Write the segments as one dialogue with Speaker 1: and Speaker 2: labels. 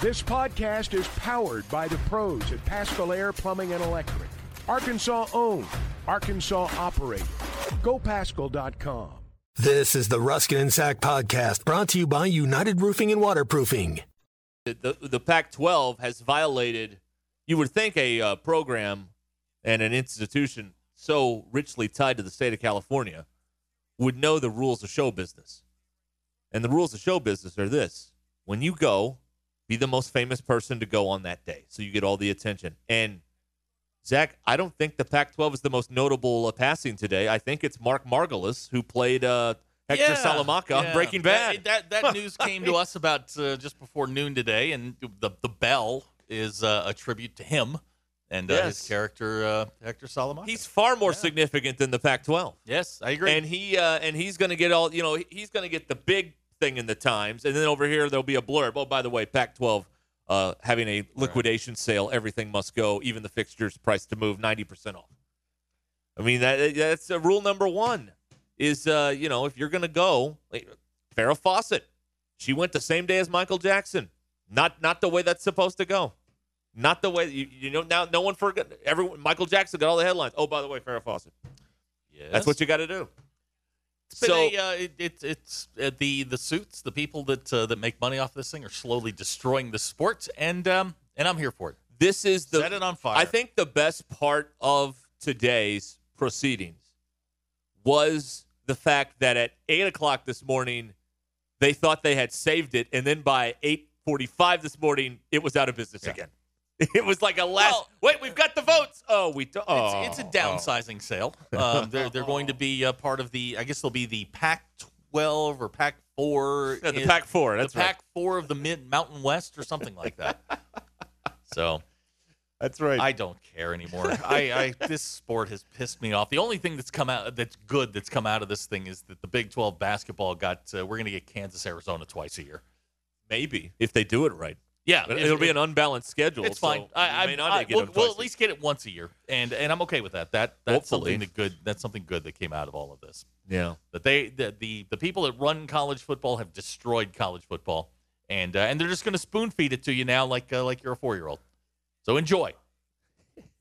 Speaker 1: This podcast is powered by the pros at Pascal Air Plumbing and Electric. Arkansas owned, Arkansas operated. GoPascal.com.
Speaker 2: This is the Ruskin and Sack podcast brought to you by United Roofing and Waterproofing.
Speaker 3: the, the, the Pac 12 has violated, you would think, a uh, program and an institution so richly tied to the state of California would know the rules of show business. And the rules of show business are this when you go, be the most famous person to go on that day. So you get all the attention. And Zach, I don't think the Pac 12 is the most notable uh, passing today. I think it's Mark Margolis, who played uh, Hector Salamaka on
Speaker 4: yeah.
Speaker 3: Breaking Bad.
Speaker 4: That, that, that news came to us about uh, just before noon today, and the the bell is uh, a tribute to him and uh,
Speaker 3: Yes.
Speaker 4: his character uh, Hector Salamanca.
Speaker 3: He's far more significant than the Pac 12.
Speaker 4: yes, I agree.
Speaker 3: And he uh, and he's going to get all you know. he- He's going to get the big thing in the Times, and then over here there'll be a blurb. Oh, by the way, Pac-12 uh, having a liquidation sale. Everything must go, even the fixtures, price to move ninety percent off. I mean that that's uh, rule number one. Is uh, you know if you're going to go, like, Farrah Fawcett, she went the same day as Michael Jackson. Not not the way that's supposed to go. Not the way you, you know now. No one forgot. Everyone, Michael Jackson got all the headlines. Oh, by the way, Farrah Fawcett.
Speaker 4: yes.
Speaker 3: That's what you got to do.
Speaker 4: It's been
Speaker 3: so-
Speaker 4: a, uh, it, it, it's uh, the the suits, the people that uh, that make money off this thing are slowly destroying the sports, and um and I'm here for it.
Speaker 3: this is the
Speaker 4: Set it on fire.
Speaker 3: I think the best part of today's proceedings was the fact that at eight o'clock this morning they thought they had saved it, and then by eight forty-five this morning it was out of business again. It was like a last.
Speaker 4: Well-
Speaker 3: wait, we've got the votes. Oh, we. Do- oh,
Speaker 4: Oh. It's, it's a downsizing sale. Um, they're they're going to be uh, part of the. I guess they'll be the Pac-12 or Pac-4.
Speaker 3: No, the
Speaker 4: in-
Speaker 3: Pac Four. That's
Speaker 4: the
Speaker 3: right.
Speaker 4: Pac-4 of the Mid Mountain West or something like that. so
Speaker 3: That's right.
Speaker 4: I don't care anymore. I, I this sport has pissed me off. The only thing that's come out that's good that's come out of this thing is that the Big 12 basketball got. Uh, we're going to get Kansas Arizona twice a year.
Speaker 3: Maybe if they do it right,
Speaker 4: Yeah,
Speaker 3: But
Speaker 4: if-
Speaker 3: it'll be
Speaker 4: if-
Speaker 3: an unbalanced schedule.
Speaker 4: It's fine.
Speaker 3: so you
Speaker 4: I, I,
Speaker 3: may not
Speaker 4: I-
Speaker 3: get
Speaker 4: we'll,
Speaker 3: them
Speaker 4: we'll
Speaker 3: twice
Speaker 4: at
Speaker 3: a
Speaker 4: least get it once a year, and and I'm okay with that. That that's
Speaker 3: Hopefully.
Speaker 4: something that good. That's something good that came out of all of this.
Speaker 3: year. Yeah.
Speaker 4: That they the the, the people that run college football have destroyed college football, and uh, and they're just going to spoon feed it to you now, like uh, like you're a four year old. So enjoy.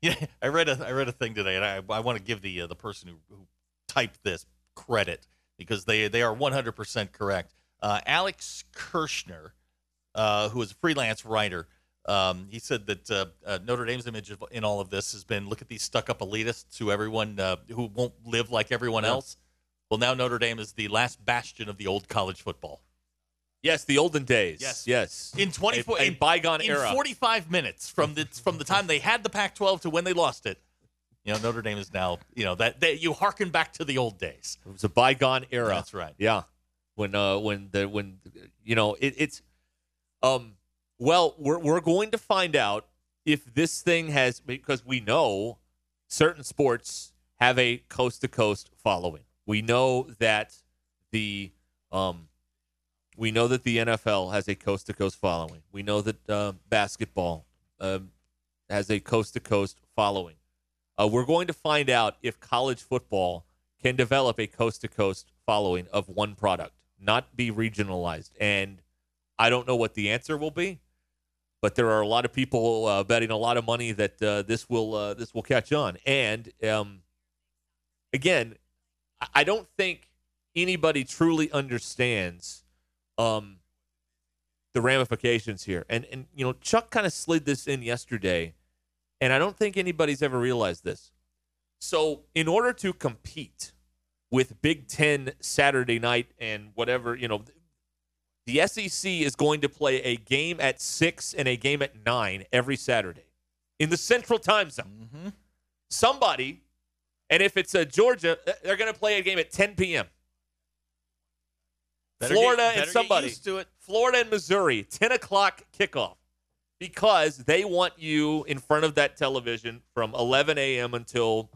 Speaker 4: yeah, I read a I read a thing today, and I I want to give the uh, the person who, who typed this credit because they they are 100 percent correct. Uh, Alex Kirshner, uh, who is a freelance writer. Um, he said that uh, uh, Notre Dame's image of, in all of this has been look at these stuck up elitists who everyone uh, who won't live like everyone
Speaker 3: Yeah.
Speaker 4: else. Well, now Notre Dame is the last bastion of the old college football.
Speaker 3: Yes, the olden days.
Speaker 4: Yes.
Speaker 3: Yes.
Speaker 4: In 24
Speaker 3: a, a
Speaker 4: in-
Speaker 3: bygone
Speaker 4: in
Speaker 3: era.
Speaker 4: 45 minutes from the from the time they had the Pac-12 to when they lost it, you know Notre Dame is now you know that, that you hearken back to the old days.
Speaker 3: It was a bygone era.
Speaker 4: That's right.
Speaker 3: Yeah. When uh when the when you know it, it's um well we're we're going to find out if this thing has because we know certain sports have a coast to coast following. We know that the um we know that the NFL has a coast to coast following. We know that uh, basketball um, has a coast to coast following. Uh, we're going to find out if college football can develop a coast to coast following of one product, not be regionalized. And I don't know what the answer will be, but there are a lot of people uh, betting a lot of money that uh, this will uh, this will catch on. And um, again, I- I don't think anybody truly understands um, the ramifications here. And and you know, Chuck kind of slid this in yesterday, and I don't think anybody's ever realized this. So, in order to compete with Big Ten Saturday night and whatever, you know, the SEC is going to play a game at six and a game at nine every Saturday in the Central Time Zone
Speaker 4: Mm-hmm.
Speaker 3: somebody, and if it's uh, Georgia, they're going to play a game at 10 p.m.
Speaker 4: Better get-
Speaker 3: Florida
Speaker 4: better
Speaker 3: and
Speaker 4: get
Speaker 3: somebody.
Speaker 4: used to it.
Speaker 3: Florida and Missouri, 10 o'clock kickoff, because they want you in front of that television from 11 a.m. until,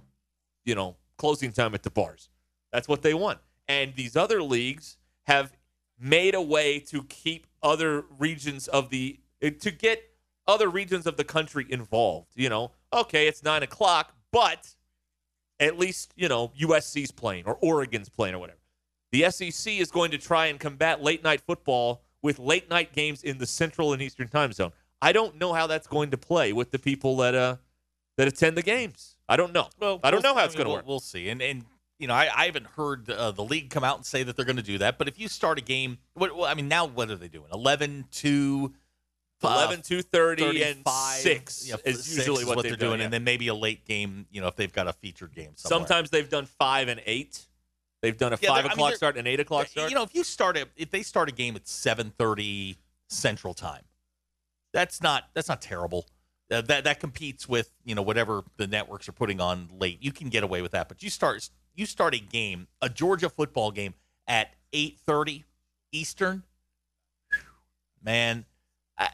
Speaker 3: you know, closing time at the bars. That's what they want. And these other leagues have made a way to keep other regions of the, eh, to get other regions of the country involved. You know, okay, it's nine o'clock, but at least, you know, USC's playing or Oregon's playing or whatever. The SEC is going to try and combat late night football with late night games in the central and eastern time zone. I don't know how that's going to play with the people that uh that attend the games. I don't know. I don't know how it's going
Speaker 4: mean,
Speaker 3: to
Speaker 4: we'll-
Speaker 3: work.
Speaker 4: We'll see. And and you know, I, I haven't heard uh, the league come out and say that they're going to do that. But if you start a game, what, what I mean, now what are they doing? 11, 2, uh,
Speaker 3: 11 2:30 and
Speaker 4: 35,
Speaker 3: 6
Speaker 4: yeah,
Speaker 3: is
Speaker 4: six
Speaker 3: usually
Speaker 4: is
Speaker 3: what,
Speaker 4: they're doing, and then maybe a late game. You know, if they've got a featured game somewhere.
Speaker 3: sometimes they've done 5 and 8. They've done a
Speaker 4: Yeah,
Speaker 3: 5
Speaker 4: they're- I mean,
Speaker 3: o'clock
Speaker 4: they're-
Speaker 3: start and an 8 o'clock start.
Speaker 4: You know, if you start a if they start a game at seven thirty Central Time, that's not that's not terrible. Uh, that that competes with you know whatever the networks are putting on late. You can get away with that, but you start you start a game, a Georgia football game at eight thirty Eastern. Whew, Man, I,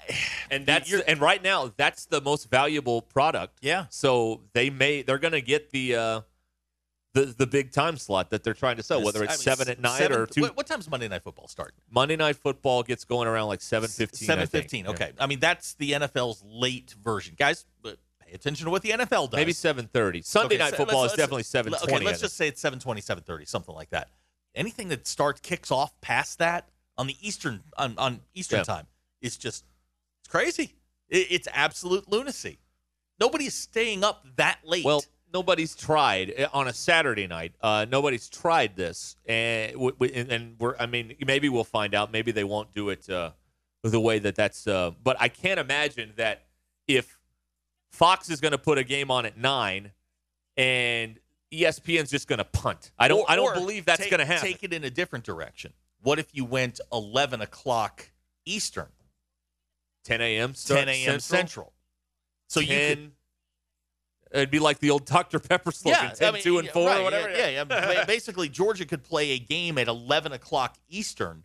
Speaker 3: and that's
Speaker 4: you're-
Speaker 3: and right now that's the most valuable product.
Speaker 4: yeah.
Speaker 3: So they may they're going to get the uh the the big time slot that they're trying to sell, whether
Speaker 4: I
Speaker 3: it's
Speaker 4: mean,
Speaker 3: seven at night
Speaker 4: seven-
Speaker 3: or two.
Speaker 4: What, what time's Monday Night Football start?
Speaker 3: Monday night football gets going around like seven fifteen.
Speaker 4: Seven fifteen. Okay. I mean, that's the NFL's late version, guys. But pay attention to what the NFL does.
Speaker 3: maybe seven thirty. Sunday
Speaker 4: Okay,
Speaker 3: night
Speaker 4: so
Speaker 3: football
Speaker 4: let's-
Speaker 3: is
Speaker 4: let's-
Speaker 3: definitely seven twenty.
Speaker 4: Okay, let's just say it's 720, 730, something like that. Anything that starts kicks off past that on the Eastern on, on Eastern
Speaker 3: Yeah.
Speaker 4: time is just it's crazy. It, it's absolute lunacy. Nobody's staying up that late.
Speaker 3: Well, nobody's tried eh, on a Saturday night. Uh, nobody's tried this, and, w- w- and and we're. I mean, maybe we'll find out. Maybe they won't do it uh, the way that that's. Uh, but I can't imagine that if Fox is going to put a game on at nine, and E ESPN's just going to punt. I don't.
Speaker 4: Or-
Speaker 3: I don't
Speaker 4: or
Speaker 3: believe that's
Speaker 4: take-
Speaker 3: going to happen.
Speaker 4: Take it in a different direction. What if you went 11 o'clock Eastern,
Speaker 3: 10 a.m.
Speaker 4: 10 a.m. Central? So you could
Speaker 3: 10 It'd be like the old Dr. Pepper slogan, 10, 2, and
Speaker 4: yeah,
Speaker 3: 4
Speaker 4: right,
Speaker 3: or whatever.
Speaker 4: Yeah, yeah. Ba- Basically, Georgia could play a game at 11 o'clock Eastern.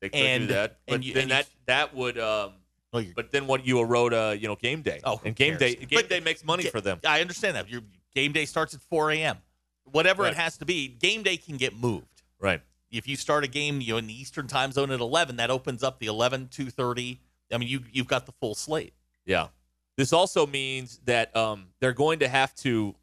Speaker 3: They could
Speaker 4: And-
Speaker 3: do that. But
Speaker 4: and you-
Speaker 3: then
Speaker 4: and you-
Speaker 3: that, that would, um,
Speaker 4: Oh, you're-
Speaker 3: but then what you erode, uh, you know, game day.
Speaker 4: Oh, who
Speaker 3: and game
Speaker 4: cares?
Speaker 3: day, game
Speaker 4: But-
Speaker 3: day makes money
Speaker 4: Ga-
Speaker 3: for them.
Speaker 4: I understand that. Your game day starts at 4 a.m. Whatever
Speaker 3: Right.
Speaker 4: it has to be, game day can get moved.
Speaker 3: Right.
Speaker 4: If you start a game, you know, in the Eastern time zone at 11, that opens up the 11, 2:30. I mean, you you've got the full slate.
Speaker 3: Yeah. This also means that um, they're going to have to,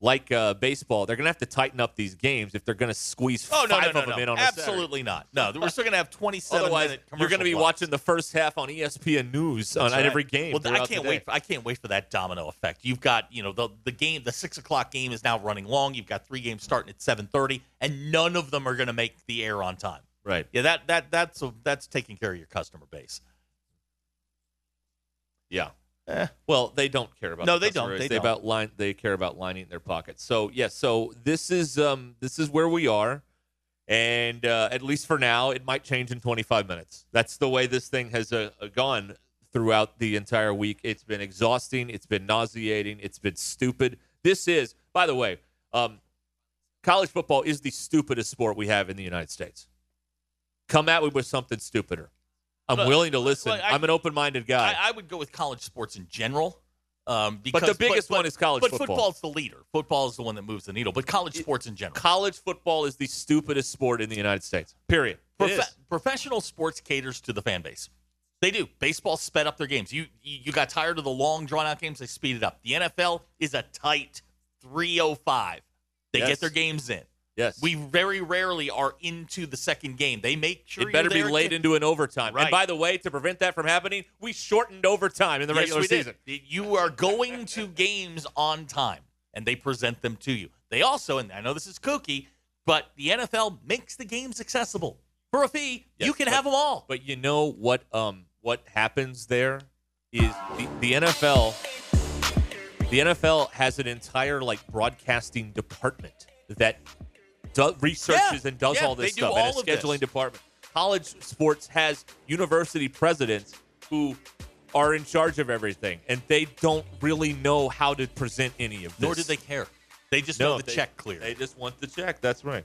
Speaker 3: like uh, baseball, they're going to have to tighten up these games if they're going to squeeze
Speaker 4: Oh
Speaker 3: five
Speaker 4: no, no, no,
Speaker 3: of them
Speaker 4: no.
Speaker 3: in on a Saturday.
Speaker 4: absolutely not. No, we're still gonna have 27
Speaker 3: Otherwise,
Speaker 4: minute.
Speaker 3: you're going to
Speaker 4: commercial
Speaker 3: be
Speaker 4: blocks.
Speaker 3: watching the first half on E ESPN News on
Speaker 4: That's right.
Speaker 3: every game.
Speaker 4: Well, I
Speaker 3: throughout the
Speaker 4: can't
Speaker 3: day.
Speaker 4: wait. I can't wait for that domino effect. You've got you know the the game. The six o'clock game is now running long. You've got three games starting at seven thirty, and none of them are going to make the air on time.
Speaker 3: Right.
Speaker 4: Yeah, that that that's a, that's taking care of your customer base.
Speaker 3: Yeah. Well, they don't care about.
Speaker 4: Eh. No,
Speaker 3: the
Speaker 4: they don't.
Speaker 3: customer base.
Speaker 4: They
Speaker 3: They,
Speaker 4: don't.
Speaker 3: about line. They care about lining their pockets. So yeah. So this is um this is where we are, and uh, at least for now, it might change in 25 minutes. That's the way this thing has uh, uh, gone throughout the entire week. It's been exhausting. It's been nauseating. It's been stupid. This is, by the way, um, college football is the stupidest sport we have in the United States. Come at me with something stupider. I'm
Speaker 4: Look,
Speaker 3: willing to listen.
Speaker 4: look, I-
Speaker 3: I'm an open-minded guy.
Speaker 4: I, I would go with college sports in general. Um,
Speaker 3: But
Speaker 4: because,
Speaker 3: the biggest one is college
Speaker 4: but
Speaker 3: football.
Speaker 4: football's the leader. Football is the one that moves the needle. But college sports in general.
Speaker 3: College football is the stupidest sport in the United States. Period. It
Speaker 4: Profe-
Speaker 3: is.
Speaker 4: professional sports caters to the fan base. They do. Baseball sped up their games. You you you got tired of the long drawn out games. They speed it up. The NFL is a tight 305. They
Speaker 3: Yes.
Speaker 4: get their games in.
Speaker 3: Yes.
Speaker 4: We very rarely are into the second game. They make sure
Speaker 3: it better
Speaker 4: you're
Speaker 3: be
Speaker 4: there
Speaker 3: late
Speaker 4: to-
Speaker 3: into an overtime. And
Speaker 4: Right.
Speaker 3: by the way, to prevent that from happening, we shortened overtime in the
Speaker 4: Yes,
Speaker 3: regular
Speaker 4: we did.
Speaker 3: season.
Speaker 4: You are going to games on time, and they present them to you. They also, and I know this is kooky, but the NFL makes the games accessible for a fee.
Speaker 3: Yes,
Speaker 4: you can
Speaker 3: but-
Speaker 4: have them all.
Speaker 3: But you know what um what happens there is the, the NFL the NFL has an entire like broadcasting department that do, researches
Speaker 4: Yeah,
Speaker 3: and does
Speaker 4: yeah,
Speaker 3: all this
Speaker 4: they do
Speaker 3: stuff
Speaker 4: all
Speaker 3: and a
Speaker 4: of this.
Speaker 3: scheduling department. College sports has university presidents who are in charge of everything and they don't really know how to present any of this.
Speaker 4: Nor do they care. They just
Speaker 3: No,
Speaker 4: know the
Speaker 3: they-
Speaker 4: check clear.
Speaker 3: They just want the check. That's right.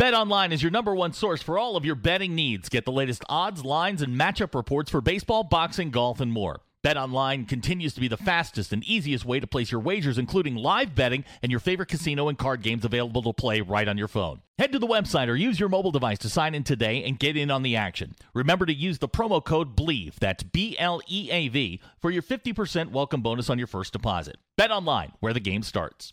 Speaker 5: BetOnline is your number one source for all of your betting needs. Get the latest odds, lines, and matchup reports for baseball, boxing, golf, and more. BetOnline continues to be the fastest and easiest way to place your wagers, including live betting and your favorite casino and card games available to play right on your phone. Head to the website or use your mobile device to sign in today and get in on the action. Remember to use the promo code BLEAV, that's B L E A V, for your 50% welcome bonus on your first deposit. BetOnline, where the game starts.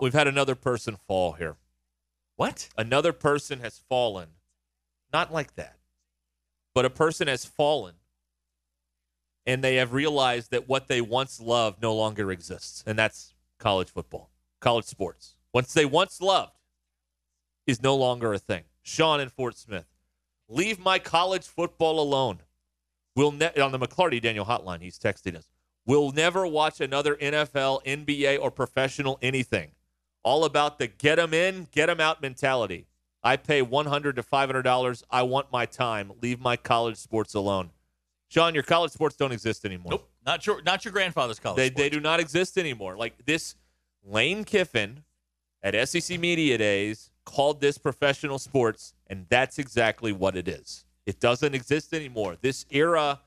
Speaker 3: We've had another person fall here.
Speaker 4: What?
Speaker 3: Another person has fallen. Not like that, but a person has fallen and they have realized that what they once loved no longer exists. And that's college football, college sports. Once they once loved is no longer a thing. Sean in Fort Smith, leave my college football alone. We'll ne- on the McClarty Daniel hotline, he's texting us. We'll never watch another NFL, NBA, or professional anything. All about the get 'em in, get 'em out mentality. I pay 100 to $500. I want my time. Leave my college sports alone. Sean, your college sports don't exist anymore.
Speaker 4: Nope. Not your not your grandfather's college.
Speaker 3: They,
Speaker 4: sports.
Speaker 3: they do not exist anymore. Like this, Lane Kiffin at SEC Media Days called this professional sports, and that's exactly what it is. It doesn't exist anymore. This era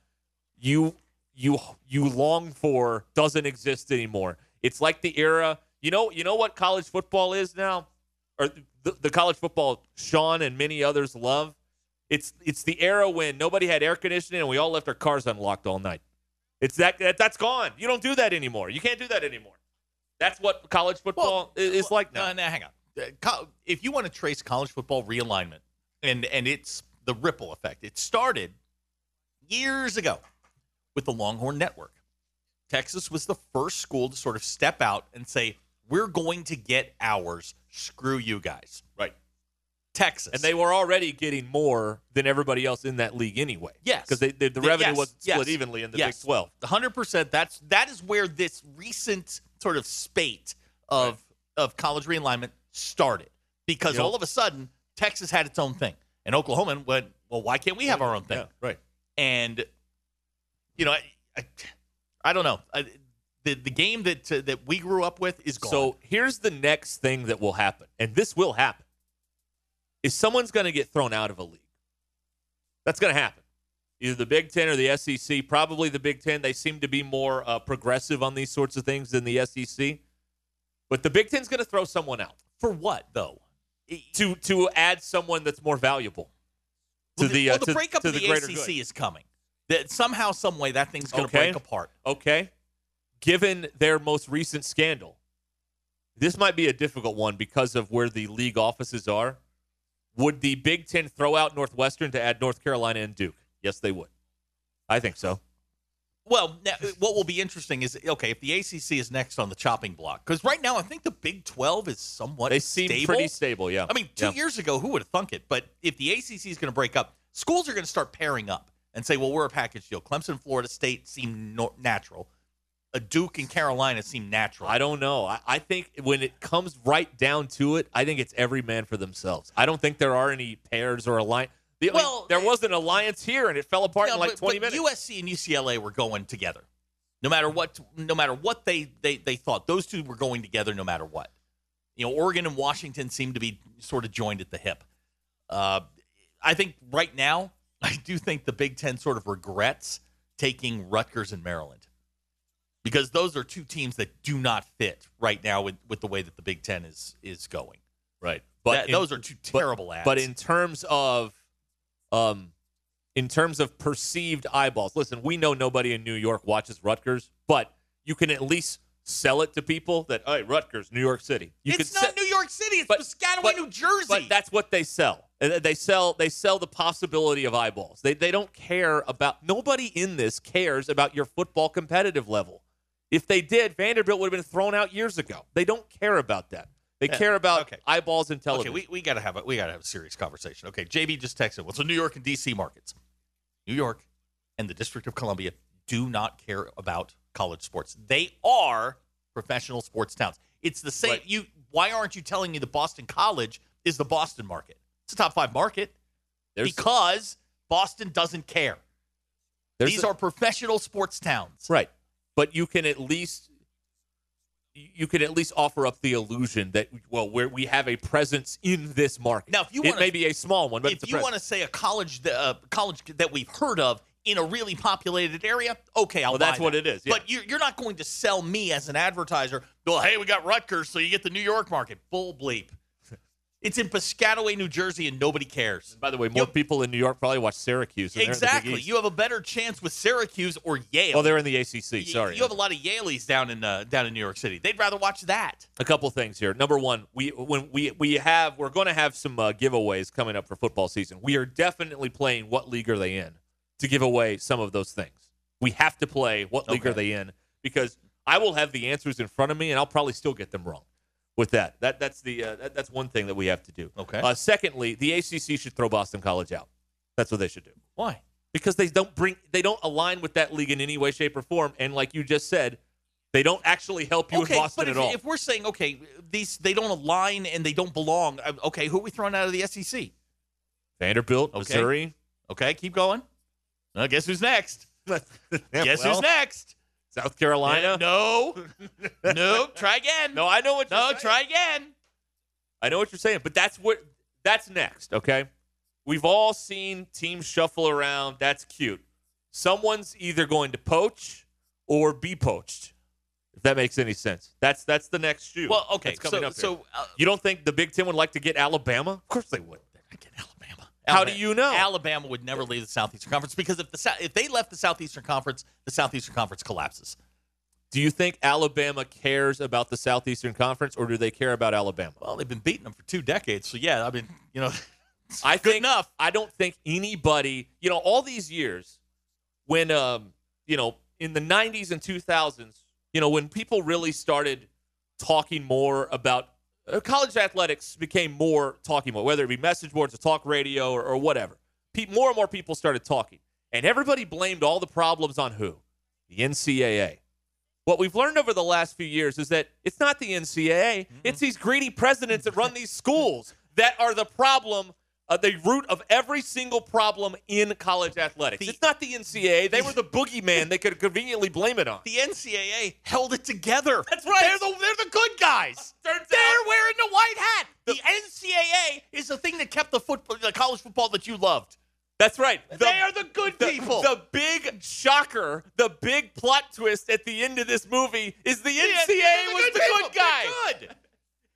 Speaker 3: you you you long for doesn't exist anymore. It's like the era. You know you know what college football is now, or the, the college football Sean and many others love. It's it's the era when nobody had air conditioning and we all left our cars unlocked all night. It's that, that that's gone. You don't do that anymore. You can't do that anymore. That's what college football i- is like now.
Speaker 4: No, no, hang on. Uh, co- If you want to trace college football realignment and and it's the ripple effect, it started years ago with the Longhorn Network. Texas was the first school to sort of step out and say, "We're going to get ours. Screw you guys." Right. Texas
Speaker 3: and they were already getting more than everybody else in that league anyway.
Speaker 4: Yes.
Speaker 3: because they, they, the revenue
Speaker 4: Yes,
Speaker 3: wasn't split
Speaker 4: yes,
Speaker 3: evenly in the
Speaker 4: yes.
Speaker 3: Big Twelve.
Speaker 4: 100% that's that is where this recent sort of spate of of college realignment started because
Speaker 3: Yep.
Speaker 4: all of a sudden Texas had its own thing and Oklahoma went well why can't we have our own thing
Speaker 3: Yeah, right.
Speaker 4: and you know I, I, I don't know I, the the game that uh, that we grew up with is gone
Speaker 3: So here's the next thing that will happen, and this will happen: is someone's going to get thrown out of a league. That's going to happen. Either the Big Ten or the SEC. Probably the Big Ten. They seem to be more uh, progressive on these sorts of things than the SEC. But the Big Ten's going to throw someone out
Speaker 4: for what though E
Speaker 3: to to add someone that's more valuable to
Speaker 4: Well,
Speaker 3: the,
Speaker 4: well,
Speaker 3: uh, to,
Speaker 4: the breakup
Speaker 3: to
Speaker 4: of
Speaker 3: the,
Speaker 4: the, E
Speaker 3: greater
Speaker 4: ACC
Speaker 3: good.
Speaker 4: is coming that somehow some way that thing's going to
Speaker 3: Okay.
Speaker 4: break apart
Speaker 3: okay, given their most recent scandal, this might be a difficult one because of where the league offices are. Would the Big Ten throw out Northwestern to add North Carolina and Duke? Yes, they would. I think so.
Speaker 4: Well, now, uh, what will be interesting is okay if the ACC is next on the chopping block because right now I think the Big Twelve is somewhat
Speaker 3: They seem
Speaker 4: stable.
Speaker 3: pretty stable. Yeah.
Speaker 4: I mean, two
Speaker 3: Yeah.
Speaker 4: years ago, who would have thunk it? But if the ACC is going to break up, schools are going to start pairing up and say, "Well, we're a package deal." Clemson, Florida State seem no- natural. A Duke and Carolina seem natural.
Speaker 3: I don't know. I, I think when it comes right down to it, I think it's every man for themselves. I don't think there are any pairs or alliance. The, well,
Speaker 4: Well,
Speaker 3: there was an alliance here, and it fell apart
Speaker 4: No,
Speaker 3: in like
Speaker 4: but-
Speaker 3: 20
Speaker 4: but
Speaker 3: minutes.
Speaker 4: USC and UCLA were going together, no matter what. No matter what they they they thought, those two were going together, no matter what. You know, Oregon and Washington seem to be sort of joined at the hip. Uh, I think right now, I do think the Big Ten sort of regrets taking Rutgers and Maryland because those are two teams that do not fit right now with with the way that the Big Ten is is going.
Speaker 3: right. But
Speaker 4: That-
Speaker 3: in-
Speaker 4: those are two
Speaker 3: but-
Speaker 4: terrible ads.
Speaker 3: But in terms of, um, in terms of perceived eyeballs, listen, we know nobody in New York watches Rutgers, but you can at least sell it to people that hey, Rutgers, New York City. You
Speaker 4: it's
Speaker 3: could
Speaker 4: not
Speaker 3: se-
Speaker 4: New York City. It's
Speaker 3: but-
Speaker 4: Piscataway,
Speaker 3: but-
Speaker 4: New Jersey.
Speaker 3: But that's what they sell. And They sell they sell the possibility of eyeballs. They they don't care about nobody in this cares about your football competitive level. If they did, Vanderbilt would have been thrown out years ago. They don't care about that. They
Speaker 4: Yeah,
Speaker 3: care about
Speaker 4: okay.
Speaker 3: eyeballs and television.
Speaker 4: Okay, we, we gotta have a we gotta have a serious conversation. Okay, JB just texted. What's the New York and DC markets? New York and the District of Columbia do not care about college sports. They are professional sports towns. It's the same.
Speaker 3: Right.
Speaker 4: You why aren't you telling me the Boston College is the Boston market? It's a top five market
Speaker 3: There's-
Speaker 4: because Boston doesn't care.
Speaker 3: there's
Speaker 4: These
Speaker 3: a-
Speaker 4: are professional sports towns.
Speaker 3: Right. But you can at least you can at least offer up the illusion that well, where we have a presence in this market.
Speaker 4: Now, if you
Speaker 3: it
Speaker 4: wanna-
Speaker 3: may be a small one, but it's a
Speaker 4: if you
Speaker 3: presence.
Speaker 4: want to say a college that, uh, college that we've heard of in a really populated area, okay, I'll
Speaker 3: Well, that's
Speaker 4: buy
Speaker 3: what
Speaker 4: that.
Speaker 3: it is, yeah.
Speaker 4: But you're, you're not going to sell me as an advertiser. Well, hey, we got Rutgers, so you get the New York market. Bull bleep. It's in Piscataway, New Jersey, and nobody cares.
Speaker 3: by the way, more
Speaker 4: you-
Speaker 3: people in New York probably watch Syracuse. than they're in the Big
Speaker 4: Exactly.
Speaker 3: East.
Speaker 4: You have a better chance with Syracuse or Yale.
Speaker 3: well, they're in the ACC.
Speaker 4: Y-
Speaker 3: Sorry,
Speaker 4: You have a lot of Yaleys down in uh, down in New York City. They'd rather watch that.
Speaker 3: a couple things here. Number one, we when we we have we're going to have some uh, giveaways coming up for football season. We are definitely playing what league are they in to give away some of those things. We have to play what league
Speaker 4: Okay.
Speaker 3: are they in because I will have the answers in front of me and I'll probably still get them wrong. With that, that that's the uh, that, that's one thing that we have to do.
Speaker 4: Okay.
Speaker 3: Uh, secondly, the ACC should throw Boston College out. That's what they should do
Speaker 4: Why?
Speaker 3: because they don't bring they don't align with that league in any way, shape, or form. And like you just said, they don't actually help you
Speaker 4: okay,
Speaker 3: in Boston
Speaker 4: but if,
Speaker 3: at all.
Speaker 4: if we're saying okay, these they don't align and they don't belong. uh, Okay, who are we throwing out of the E SEC?
Speaker 3: Vanderbilt,
Speaker 4: Okay.
Speaker 3: Missouri.
Speaker 4: Okay, keep going. Uh, guess who's next? guess
Speaker 3: well.
Speaker 4: who's next?
Speaker 3: South Carolina.
Speaker 4: No. no. Try again.
Speaker 3: No, I know what you're
Speaker 4: No,
Speaker 3: saying.
Speaker 4: try again.
Speaker 3: I know what you're saying, but that's what that's next, okay? We've all seen teams shuffle around. That's cute. Someone's either going to poach or be poached. If that makes any sense. That's that's the next shoe.
Speaker 4: Well, okay.
Speaker 3: that's coming
Speaker 4: so,
Speaker 3: up here.
Speaker 4: so uh,
Speaker 3: you don't think the Big Ten would like to get Alabama? Of course they would.
Speaker 4: I get Alabama.
Speaker 3: How
Speaker 4: Alabama.
Speaker 3: do you know?
Speaker 4: Alabama would never leave the Southeastern Conference because if the Sou- if they left the Southeastern Conference, the Southeastern Conference collapses.
Speaker 3: Do you think Alabama cares about the Southeastern Conference, or do they care about Alabama?
Speaker 4: Well, they've been beating them for two decades. So yeah, I mean, you know,
Speaker 3: I
Speaker 4: good
Speaker 3: think
Speaker 4: enough.
Speaker 3: I don't think anybody, you know, all these years when, um, you know, in the '90s and 2000s, you know, when people really started talking more about uh, college athletics, became more talking more, whether it be message boards or talk radio or, or whatever. Pe- more and more people started talking, and everybody blamed all the problems on who? The NCAA. What we've learned over the last few years is that it's not the NCAA, it's these greedy presidents that run these schools that are the problem, uh, the root of every single problem in college athletics.
Speaker 4: The-
Speaker 3: it's not the NCAA. They were the boogeyman they could conveniently blame it on.
Speaker 4: the NCAA held it together.
Speaker 3: That's right.
Speaker 4: They're the they're the good guys.
Speaker 3: Turns out-
Speaker 4: they're wearing the white hat. The, NCAA is the thing that kept the football, the college football that you loved.
Speaker 3: That's right.
Speaker 4: they are the good
Speaker 3: the-
Speaker 4: people.
Speaker 3: The big shocker, the big plot twist at the end of this movie is the NCAA
Speaker 4: they're the
Speaker 3: was
Speaker 4: good
Speaker 3: the
Speaker 4: people.
Speaker 3: good guy.
Speaker 4: They're good.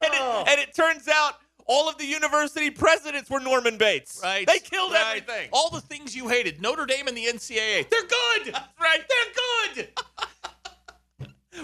Speaker 3: And,
Speaker 4: Oh.
Speaker 3: it, and it turns out all of the university presidents were Norman Bates.
Speaker 4: Right.
Speaker 3: They killed
Speaker 4: Right.
Speaker 3: everything.
Speaker 4: All the things you hated, Notre Dame and the NCAA. They're good.
Speaker 3: right.
Speaker 4: They're good.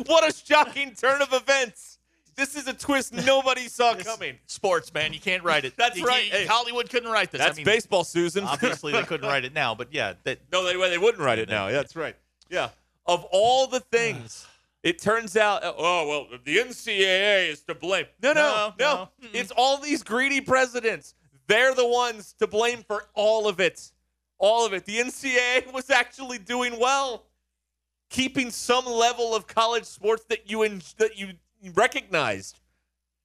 Speaker 3: What a shocking turn of events. This is a twist nobody saw coming.
Speaker 4: Sports, man, you can't write it.
Speaker 3: That's
Speaker 4: You-
Speaker 3: right.
Speaker 4: you-
Speaker 3: Hey.
Speaker 4: Hollywood couldn't write this.
Speaker 3: That's
Speaker 4: I mean,
Speaker 3: baseball, Susan.
Speaker 4: Obviously, they couldn't write it now, but yeah, that,
Speaker 3: no, they, well, they wouldn't write it now. Yeah, that's right. Yeah. Of all the things, it turns out, oh, well, the NCAA is to blame. No, no,
Speaker 4: No,
Speaker 3: no. It's all these greedy presidents. They're the ones to blame for all of it. All of it. The NCAA was actually doing well, keeping some level of college sports that you en- that you recognized.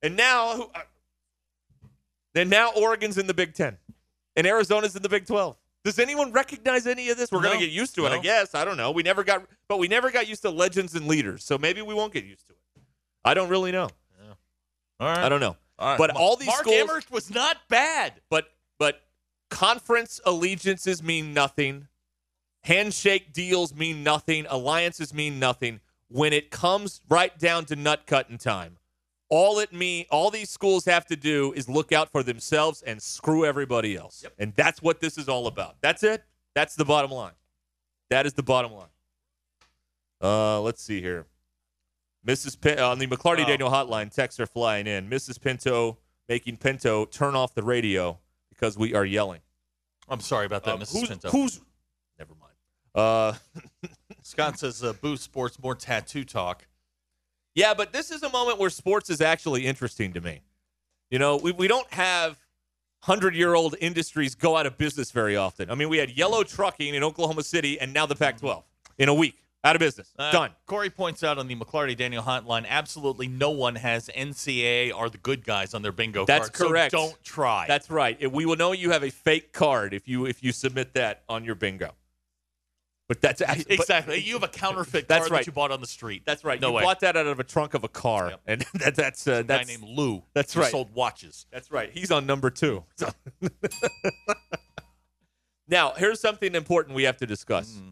Speaker 3: And now, who- uh, and now Oregon's in the Big Ten, and Arizona's in the Big Twelve. Does anyone recognize any of this? We're gonna
Speaker 4: No.
Speaker 3: get used to it, I
Speaker 4: No.
Speaker 3: guess. I don't know. We never got, but we never got used to legends and leaders, so maybe we won't get used to it. I don't really know.
Speaker 4: all right.
Speaker 3: I don't know.
Speaker 4: All right.
Speaker 3: But all these
Speaker 4: Mark
Speaker 3: schools,
Speaker 4: Emmert was not bad.
Speaker 3: but but conference allegiances mean nothing. Handshake deals mean nothing. Alliances mean nothing when it comes right down to nut cutting time. All it me, all these schools have to do is look out for themselves and screw everybody else. And that's what this is all about. That's it. That's the bottom line. That is the bottom line. Uh, let's see here. Mrs. Pin- uh, on the McClarty Daniel hotline, texts are flying in. Mrs. Pinto making Pinto turn off the radio because we are yelling.
Speaker 4: I'm sorry about that,
Speaker 3: Um,
Speaker 4: Mrs.
Speaker 3: who's,
Speaker 4: Pinto.
Speaker 3: who's- Never mind. Uh,
Speaker 4: Scott says uh, Boo Sports more tattoo talk.
Speaker 3: yeah, but this is a moment where sports is actually interesting to me. You know, we, we don't have 100 year old industries go out of business very often. I mean, we had yellow trucking in Oklahoma City and now the Pac 12 in a week. Out of business.
Speaker 4: Uh,
Speaker 3: Done.
Speaker 4: Corey points out on the McClarty Daniel hotline, absolutely no one has NCAA are the good guys on their bingo
Speaker 3: That's
Speaker 4: card. so
Speaker 3: correct.
Speaker 4: don't try.
Speaker 3: That's right. It- We will know you have a fake card if you if you submit that on your bingo. But that's act- but-
Speaker 4: exactly. you have a counterfeit
Speaker 3: That's
Speaker 4: card
Speaker 3: right.
Speaker 4: that you bought on the street.
Speaker 3: that's right.
Speaker 4: No
Speaker 3: you
Speaker 4: way.
Speaker 3: bought that out of a trunk of a car,
Speaker 4: Yep.
Speaker 3: and that, that's uh,
Speaker 4: guy
Speaker 3: that's
Speaker 4: named Lou.
Speaker 3: that's
Speaker 4: who
Speaker 3: right.
Speaker 4: Sold watches.
Speaker 3: That's right. He's on number two. So- now, here's something important we have to discuss
Speaker 4: Mm-hmm.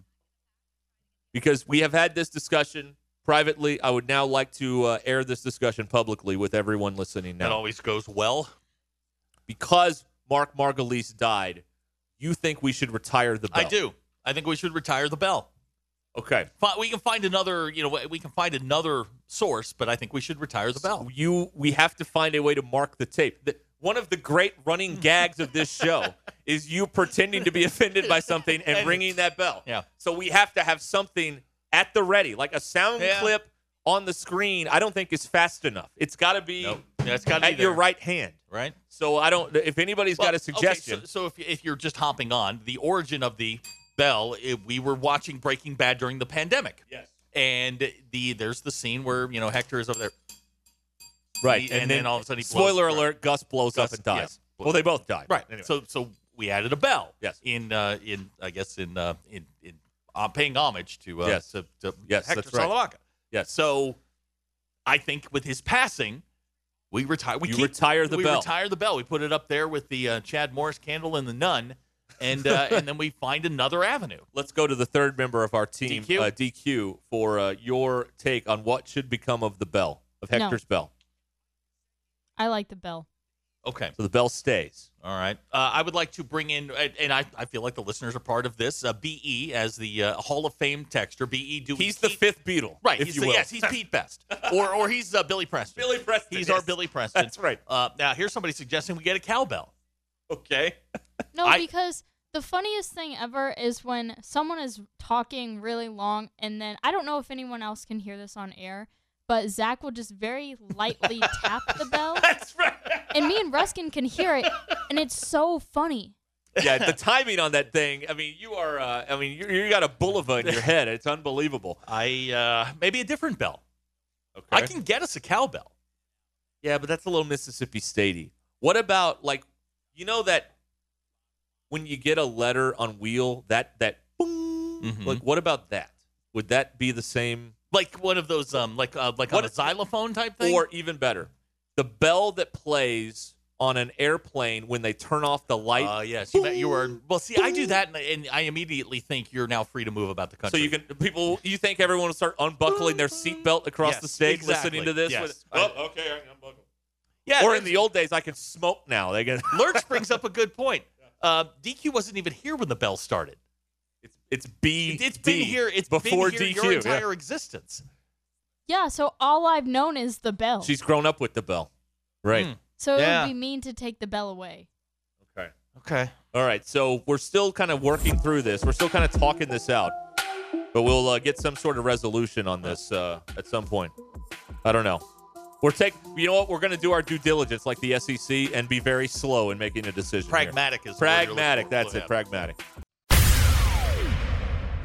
Speaker 3: because we have had this discussion privately. I would now like to uh, air this discussion publicly with everyone listening
Speaker 4: That
Speaker 3: now.
Speaker 4: always goes well.
Speaker 3: Because Mark Margulies died, you think we should retire the bell?
Speaker 4: I do. I think we should retire the bell.
Speaker 3: Okay.
Speaker 4: Fi- We can find another. You know, we can find another source, but I think we should retire the bell.
Speaker 3: You, we have to find a way to mark the tape. The, one of the great running gags of this show is you pretending to be offended by something and
Speaker 4: And-
Speaker 3: ringing that bell.
Speaker 4: Yeah.
Speaker 3: So we have to have something at the ready, like a sound
Speaker 4: Yeah.
Speaker 3: clip on the screen. I don't think is fast enough. It's got to be
Speaker 4: Nope. Yeah, it's gotta be
Speaker 3: at your
Speaker 4: there.
Speaker 3: right hand.
Speaker 4: Right.
Speaker 3: So I don't. If anybody's got a suggestion,
Speaker 4: Okay, so, so if, if you're just hopping on, the origin of the bell, it, we were watching Breaking Bad during the pandemic.
Speaker 3: Yes.
Speaker 4: And the there's the scene where you know Hector is over there.
Speaker 3: right,
Speaker 4: and then all of a sudden he blows-
Speaker 3: spoiler alert, Gus blows
Speaker 4: Gus-
Speaker 3: up and dies.
Speaker 4: yeah.
Speaker 3: Well, they both die. Anyway.
Speaker 4: So so we added a bell.
Speaker 3: Yes.
Speaker 4: In uh, in I guess in uh, in in uh, paying homage to uh,
Speaker 3: Yes.
Speaker 4: to, to
Speaker 3: Yes,
Speaker 4: Hector
Speaker 3: that's right.
Speaker 4: Salamanca.
Speaker 3: Yes.
Speaker 4: So I think with his passing. We retire. We
Speaker 3: You
Speaker 4: keep-
Speaker 3: retire the
Speaker 4: we
Speaker 3: bell.
Speaker 4: retire the bell. We put it up there with the uh, Chad Morris candle and the nun, and uh, and then we find another avenue.
Speaker 3: let's go to the third member of our team,
Speaker 4: DQ?
Speaker 3: Uh, DQ, for uh, your take on what should become of the bell of
Speaker 6: No.
Speaker 3: Hector's bell.
Speaker 6: I like the bell.
Speaker 4: Okay.
Speaker 3: So the bell stays.
Speaker 4: All right. Uh, I would like to bring in, and and I, I feel like the listeners are part of this. Uh, Be as the uh, Hall of Fame texture. E, Be Dewey.
Speaker 3: He's the
Speaker 4: Heath-
Speaker 3: fifth Beatle,
Speaker 4: Right.
Speaker 3: If
Speaker 4: he's
Speaker 3: you
Speaker 4: the-
Speaker 3: will.
Speaker 4: yes, he's Pete Best, or or he's uh, Billy Preston.
Speaker 3: Billy Preston,
Speaker 4: He's
Speaker 3: yes.
Speaker 4: our Billy Preston.
Speaker 3: That's right.
Speaker 4: Uh, now here's somebody suggesting we get a cowbell.
Speaker 3: okay.
Speaker 6: No,
Speaker 3: I-
Speaker 6: because the funniest thing ever is when someone is talking really long, and then I don't know if anyone else can hear this on air, but Zach will just very lightly tap the bell. That's right. And me and Ruskin can hear it, and it's so funny.
Speaker 3: Yeah, the timing on that thing. I mean, you are. Uh, I mean, you, you got a bulova in your head. It's unbelievable.
Speaker 4: I uh, maybe a different bell.
Speaker 3: Okay.
Speaker 4: I can get us a cowbell.
Speaker 3: Yeah, but that's a little Mississippi Statey. What about like, you know that when you get a letter on wheel, that that boom.
Speaker 4: Mhm.
Speaker 3: Like, what about that? Would that be the same?
Speaker 4: Like one of those, um, like uh, like
Speaker 3: What-
Speaker 4: on a xylophone type thing.
Speaker 3: Or even better, the bell that plays on an airplane when they turn off the light.
Speaker 4: uh, yes, you, you are. Well, see, I do that, and, and I immediately think you're now free to move about the
Speaker 3: so
Speaker 4: country.
Speaker 3: you can people. You think everyone will start unbuckling their seatbelt across
Speaker 4: Yes,
Speaker 3: the stage
Speaker 4: exactly.
Speaker 3: listening to this?
Speaker 4: Yes.
Speaker 3: with-
Speaker 4: I-
Speaker 3: oh, okay, I can unbuckle.
Speaker 4: yeah.
Speaker 3: or in
Speaker 4: that's-
Speaker 3: the old days, I can smoke now. They get
Speaker 4: Lurch brings up a good point. Uh, DQ wasn't even here when the bell started.
Speaker 3: it's it's B.
Speaker 4: It, has been here. It's
Speaker 3: before
Speaker 4: been here
Speaker 3: DQ.
Speaker 4: your
Speaker 3: yeah.
Speaker 4: entire existence.
Speaker 6: Yeah, so all I've known is the bell.
Speaker 3: She's grown up with the bell, right?
Speaker 4: Hmm.
Speaker 6: so it
Speaker 4: yeah.
Speaker 6: would be mean to take the bell away.
Speaker 3: Okay.
Speaker 4: Okay.
Speaker 3: All right. So we're still kind of working through this. We're still kind of talking this out, but we'll uh, get some sort of resolution on this uh, at some point. I don't know. We're take. You know what? We're going to do our due diligence, like the SEC, and be very slow in making a decision. here.
Speaker 4: Pragmatic is the word you're looking
Speaker 3: Pragmatic.
Speaker 4: for.
Speaker 3: That's
Speaker 4: Yeah.
Speaker 3: it. Pragmatic.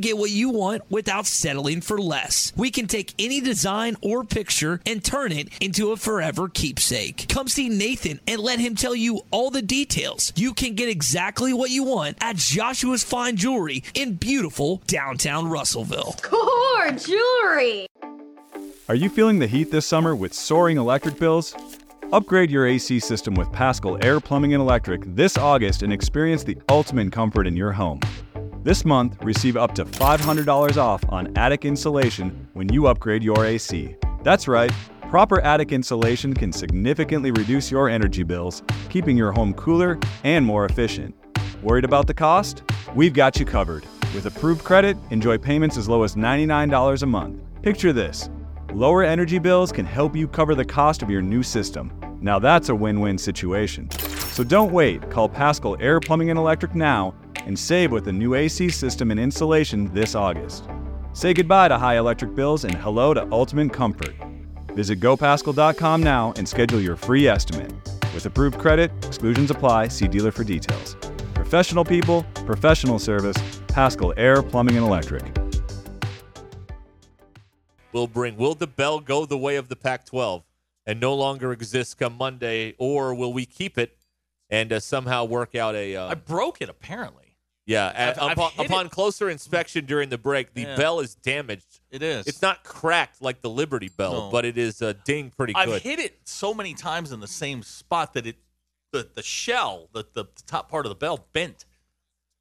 Speaker 7: get what you want without settling for less. We can take any design or picture and turn it into a forever keepsake. Come see Nathan and let him tell you all the details. You can get exactly what you want at Joshua's Fine Jewelry in beautiful downtown Russellville.
Speaker 8: Core jewelry.
Speaker 9: Are you feeling the heat this summer with soaring electric bills? Upgrade your AC system with Pascal Air Plumbing and Electric this August and experience the ultimate comfort in your home. This month, receive up to $500 off on attic insulation when you upgrade your AC. That's right, proper attic insulation can significantly reduce your energy bills, keeping your home cooler and more efficient. Worried about the cost? We've got you covered. With approved credit, enjoy payments as low as $99 a month. Picture this Lower energy bills can help you cover the cost of your new system. Now that's a win win situation. So don't wait. Call Pascal Air Plumbing and Electric now and save with a new AC system and insulation this August. Say goodbye to high electric bills and hello to ultimate comfort. Visit gopascal.com now and schedule your free estimate. With approved credit, exclusions apply. See dealer for details. Professional people, professional service, Pascal Air Plumbing and Electric.
Speaker 3: will bring. Will the bell go the way of the Pac 12 and no longer exist come Monday, or will we keep it and uh, somehow work out a. Uh,
Speaker 4: I broke it apparently.
Speaker 3: yeah,
Speaker 4: I've-
Speaker 3: uh,
Speaker 4: I've
Speaker 3: upon,
Speaker 4: hit
Speaker 3: upon closer inspection during the break, the
Speaker 4: Yeah.
Speaker 3: bell is damaged.
Speaker 4: It is.
Speaker 3: It's not cracked like the Liberty Bell,
Speaker 4: No.
Speaker 3: but it is uh, dinged pretty
Speaker 4: I've
Speaker 3: good.
Speaker 4: hit it so many times in the same spot that it, the the shell, the the, the top part of the bell bent.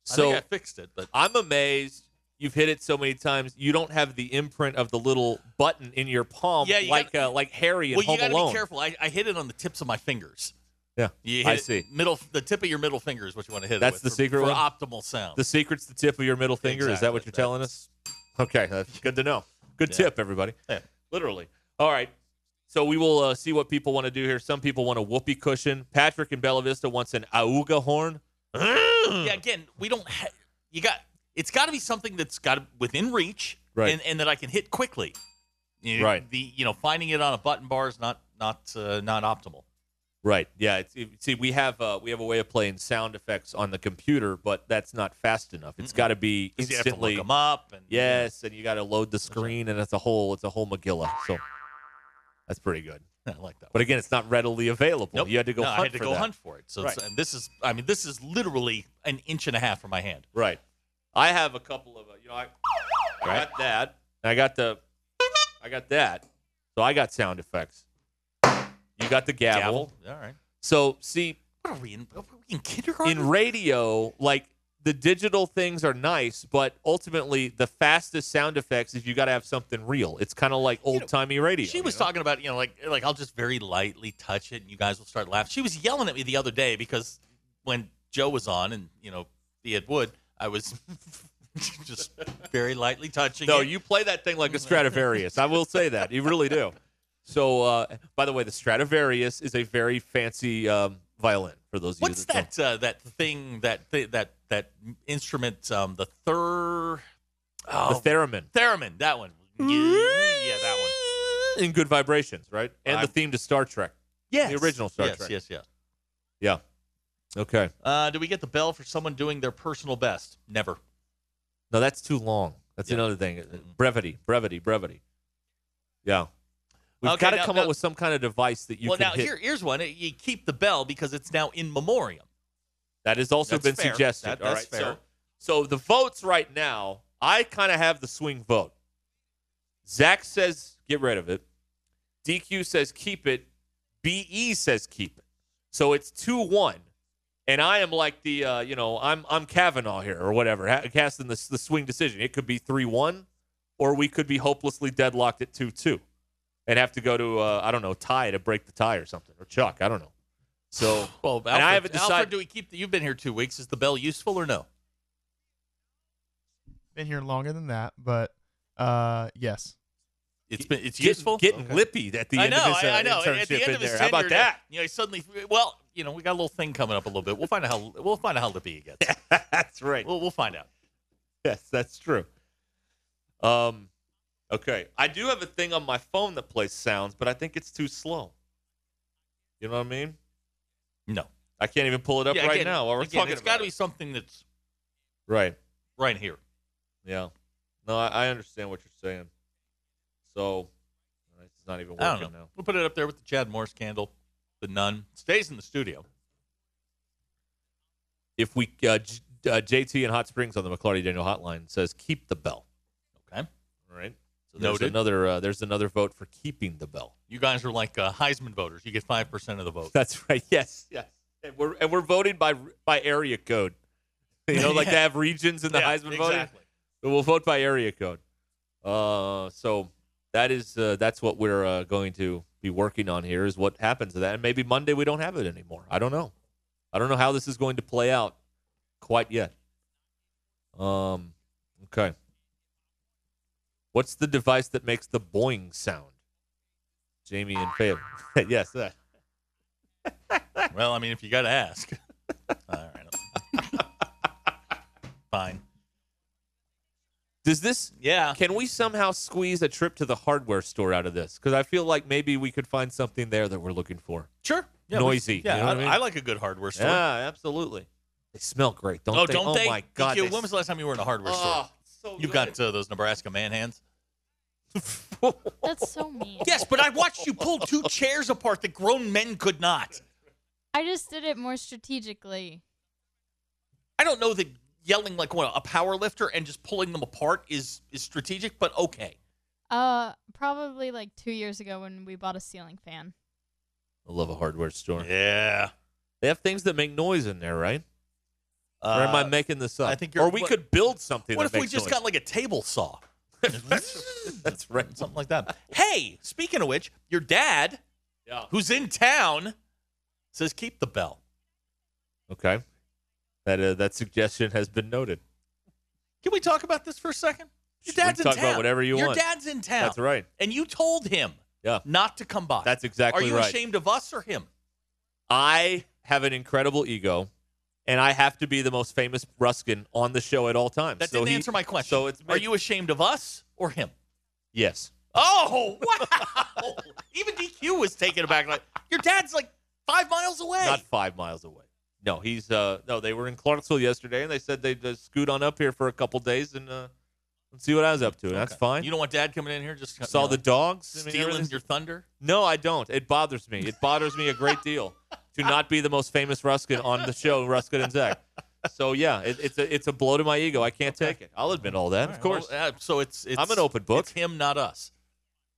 Speaker 4: I
Speaker 3: So-
Speaker 4: think I fixed it, but
Speaker 3: I'm amazed. You've hit it so many times. You don't have the imprint of the little button in your palm,
Speaker 4: Yeah, you
Speaker 3: like
Speaker 4: gotta-
Speaker 3: uh, like Harry in
Speaker 4: well, you
Speaker 3: Home
Speaker 4: gotta
Speaker 3: Alone.
Speaker 4: be careful. I, I hit it on the tips of my fingers.
Speaker 3: Yeah,
Speaker 4: You hit
Speaker 3: I
Speaker 4: it
Speaker 3: see.
Speaker 4: middle, the tip of your middle finger is what you want to hit. it
Speaker 3: That's
Speaker 4: with
Speaker 3: the
Speaker 4: for-
Speaker 3: secret
Speaker 4: for
Speaker 3: one?
Speaker 4: optimal sound.
Speaker 3: The secret's the tip of your middle finger. Is that what you're
Speaker 4: Exactly.
Speaker 3: telling us? Okay, that's good to know. Good
Speaker 4: Yeah.
Speaker 3: tip, everybody.
Speaker 4: Yeah.
Speaker 3: Literally. All right. So we will uh, see what people want to do here. Some people want a whoopee cushion. Patrick in Bella Vista wants an auga horn.
Speaker 4: yeah,
Speaker 3: Hmm.
Speaker 4: again, we don't. Ha- you got. It's got to be something that's got within reach,
Speaker 3: Right.
Speaker 4: And, and that I can hit quickly. You-
Speaker 3: Right.
Speaker 4: The you know finding it on a button bar is not not uh, not optimal.
Speaker 3: Right. Yeah. It's, it- see, we have uh, we have a way of playing sound effects on the computer, but that's not fast enough. It's got to be
Speaker 4: 'Cause you have to look
Speaker 3: instantly.
Speaker 4: 'em up and-
Speaker 3: yes, and you got to load the screen, and it's a whole it's a whole McGilla. So that's pretty good.
Speaker 4: I like that.
Speaker 3: But again, it's not readily available.
Speaker 4: Nope.
Speaker 3: You had to go.
Speaker 4: No,
Speaker 3: hunt
Speaker 4: I had to
Speaker 3: for
Speaker 4: go
Speaker 3: that.
Speaker 4: hunt for it. So it's-
Speaker 3: Right.
Speaker 4: and this is. I mean, this is literally an inch and a half from my hand.
Speaker 3: Right. I have a couple of uh, you know I, I got that. And I got the I got that. So I got sound effects. You got the gavel.
Speaker 4: All right.
Speaker 3: So see
Speaker 4: What are we in? Are we in kindergarten?
Speaker 3: in radio, like the digital things are nice, but ultimately the fastest sound effects is you got to have something real. It's kind of like old timey radio.
Speaker 4: She
Speaker 3: you
Speaker 4: was
Speaker 3: know?
Speaker 4: talking about, you know, like like I'll just very lightly touch it and you guys will start laughing. She was yelling at me the other day because when Joe was on and, you know, he had wood, I was just very lightly touching
Speaker 3: No,
Speaker 4: it.
Speaker 3: you play that thing like a Stradivarius. I will say that you really do. So, uh, by the way, the Stradivarius is a very fancy um, violin. For those of
Speaker 4: What's
Speaker 3: you that don't
Speaker 4: that uh, that thing that th- that that instrument um the thir oh,
Speaker 3: the theremin
Speaker 4: theremin, that one. Yeah, yeah, that one.
Speaker 3: in Good Vibrations, right? And
Speaker 4: I-
Speaker 3: the theme to Star Trek.
Speaker 4: Yes.
Speaker 3: The original Star
Speaker 4: yes,
Speaker 3: Trek.
Speaker 4: Yes, yes,
Speaker 3: Yeah. Okay.
Speaker 4: Uh, do we get the bell for someone doing their personal best? Never.
Speaker 3: No, that's too long. That's
Speaker 4: Yeah.
Speaker 3: another thing. Brevity, brevity, brevity. Yeah. We've
Speaker 4: Okay,
Speaker 3: got to
Speaker 4: now-
Speaker 3: come
Speaker 4: now-
Speaker 3: up with some kind of device that you
Speaker 4: well,
Speaker 3: can
Speaker 4: now
Speaker 3: hit.
Speaker 4: here, here's one. You keep the bell because it's now in memoriam.
Speaker 3: that has also
Speaker 4: That's
Speaker 3: been
Speaker 4: fair.
Speaker 3: suggested.
Speaker 4: That-
Speaker 3: All right.
Speaker 4: that's fair.
Speaker 3: So, so the votes right now, I kind of have the swing vote. Zach says get rid of it. DQ says keep it. BE says keep it. So it's two one, and I am like the uh, you know I'm I'm Kavanaugh here or whatever ha- casting the the swing decision. It could be three one, or we could be hopelessly deadlocked at two two, and have to go to uh, I don't know tie to break the tie or something or Chuck I don't know. So
Speaker 4: Well, Alfred,
Speaker 3: and I haven't decided.
Speaker 4: Alfred, do we keep? The, you've been here two weeks. Is the bell useful or no?
Speaker 10: Been here longer than that, but uh, yes.
Speaker 4: It's been it's
Speaker 3: Getting-
Speaker 4: useful.
Speaker 3: getting lippy at the
Speaker 4: I
Speaker 3: end
Speaker 4: know,
Speaker 3: of his,
Speaker 4: I-
Speaker 3: uh,
Speaker 4: I know. At
Speaker 3: internship
Speaker 4: the end
Speaker 3: in
Speaker 4: of his
Speaker 3: there. How about
Speaker 4: tenure,
Speaker 3: that?
Speaker 4: You know, he suddenly. Well, you know, we got a little thing coming up a little bit. We'll find out how we'll find out how lippy he gets.
Speaker 3: That's right.
Speaker 4: We'll, we'll find out.
Speaker 3: Yes, that's true. Um, okay. I do have a thing on my phone that plays sounds, but I think it's too slow. You know what I mean?
Speaker 4: No,
Speaker 3: I can't even pull it up
Speaker 4: Yeah,
Speaker 3: right
Speaker 4: again-
Speaker 3: now while we're
Speaker 4: again,
Speaker 3: talking
Speaker 4: It's
Speaker 3: about
Speaker 4: got to
Speaker 3: it.
Speaker 4: be something that's
Speaker 3: Right.
Speaker 4: right here.
Speaker 3: Yeah. No, I, I understand what you're saying. So it's not even working
Speaker 4: I don't know.
Speaker 3: now.
Speaker 4: We'll put it up there with the Chad Morse candle. The nun stays in the studio.
Speaker 3: If we uh, J- uh, JT in Hot Springs on the McClarty Daniel Hotline says keep the bell.
Speaker 4: Okay.
Speaker 3: All right. So there's
Speaker 4: Noted.
Speaker 3: another uh, there's another vote for keeping the bell.
Speaker 4: You guys are like uh, Heisman voters. You get five percent of the vote.
Speaker 3: That's right. Yes. Yes. And we're and we're voting by by area code. You know, like
Speaker 4: Yeah.
Speaker 3: they have regions in the
Speaker 4: Yeah,
Speaker 3: Heisman voting.
Speaker 4: exactly.
Speaker 3: So We'll vote by area code. Uh, so that is uh, that's what we're uh, going to be working on here is what happens to that. And maybe Monday we don't have it anymore. I don't know. I don't know how this is going to play out quite yet. Um, okay. What's the device that makes the boing sound? Jamie and Fab. yes, uh, that.
Speaker 4: well, I mean, if you got to ask. All right. Fine.
Speaker 3: Does this?
Speaker 4: Yeah.
Speaker 3: Can we somehow squeeze a trip to the hardware store out of this? Because I feel like maybe we could find something there that we're looking for.
Speaker 4: Sure. Yeah,
Speaker 3: Noisy.
Speaker 4: we- Yeah,
Speaker 3: you know
Speaker 4: I,
Speaker 3: what I, mean?
Speaker 4: I like a good hardware store.
Speaker 3: Yeah, absolutely. They smell great, don't
Speaker 4: oh,
Speaker 3: they?
Speaker 4: don't
Speaker 3: oh
Speaker 4: they?
Speaker 3: my God.
Speaker 4: Thank you.
Speaker 3: they
Speaker 4: when was the last time you were in a hardware
Speaker 3: Oh,
Speaker 4: store? you got uh, those Nebraska man hands.
Speaker 6: That's so mean.
Speaker 4: Yes, but I watched you pull two chairs apart that grown men could not.
Speaker 6: I just did it more strategically.
Speaker 4: I don't know that yelling like what, a power lifter and just pulling them apart is is strategic, but okay.
Speaker 6: Uh, probably like two years ago when we bought a ceiling fan.
Speaker 3: I love a hardware store.
Speaker 4: Yeah.
Speaker 3: They have things that make noise in there, right? or am I
Speaker 4: Uh,
Speaker 3: making this up?
Speaker 4: I think you're-
Speaker 3: or we
Speaker 4: what-
Speaker 3: could build something.
Speaker 4: What if
Speaker 3: that
Speaker 4: we
Speaker 3: makes
Speaker 4: just
Speaker 3: noise.
Speaker 4: got like a table saw?
Speaker 3: That's right.
Speaker 4: Something like that. Hey, speaking of which, your dad, who's in town, says keep the bell.
Speaker 3: Okay. That uh, that suggestion has been noted.
Speaker 4: Can we talk about this for a second? Your
Speaker 3: can
Speaker 4: dad's in
Speaker 3: talk
Speaker 4: town.
Speaker 3: about whatever you
Speaker 4: your
Speaker 3: want.
Speaker 4: Your dad's in town.
Speaker 3: That's right.
Speaker 4: And you told him
Speaker 3: Yeah.
Speaker 4: not to come by.
Speaker 3: That's exactly
Speaker 4: Are you
Speaker 3: right.
Speaker 4: ashamed of us or him?
Speaker 3: I have an incredible ego, and I have to be the most famous Ruskin on the show at all times.
Speaker 4: That
Speaker 3: So
Speaker 4: didn't
Speaker 3: he-
Speaker 4: answer my question. So it's Are you ashamed of us or him?
Speaker 3: Yes.
Speaker 4: Oh, wow. Even DQ was taken aback. Like, your dad's like five miles away.
Speaker 3: Not five miles away. No, he's uh no. They were in Clarksville yesterday, and they said they'd uh, scoot on up here for a couple days and uh, and see what I was up to. And That's
Speaker 4: Okay.
Speaker 3: fine.
Speaker 4: You don't want dad coming in here just
Speaker 3: Saw the dogs I mean,
Speaker 4: stealing
Speaker 3: everything's-
Speaker 4: your thunder.
Speaker 3: No, I don't. It bothers me. It bothers me a great deal to not be the most famous Ruskin on the show, Ruskin and Zach. So yeah, it, it's a it's a blow to my ego. I can't take it. I'll admit all that.
Speaker 4: All
Speaker 3: of
Speaker 4: right,
Speaker 3: course,
Speaker 4: well, uh, so it's, it's
Speaker 3: I'm an open book.
Speaker 4: It's him, not us.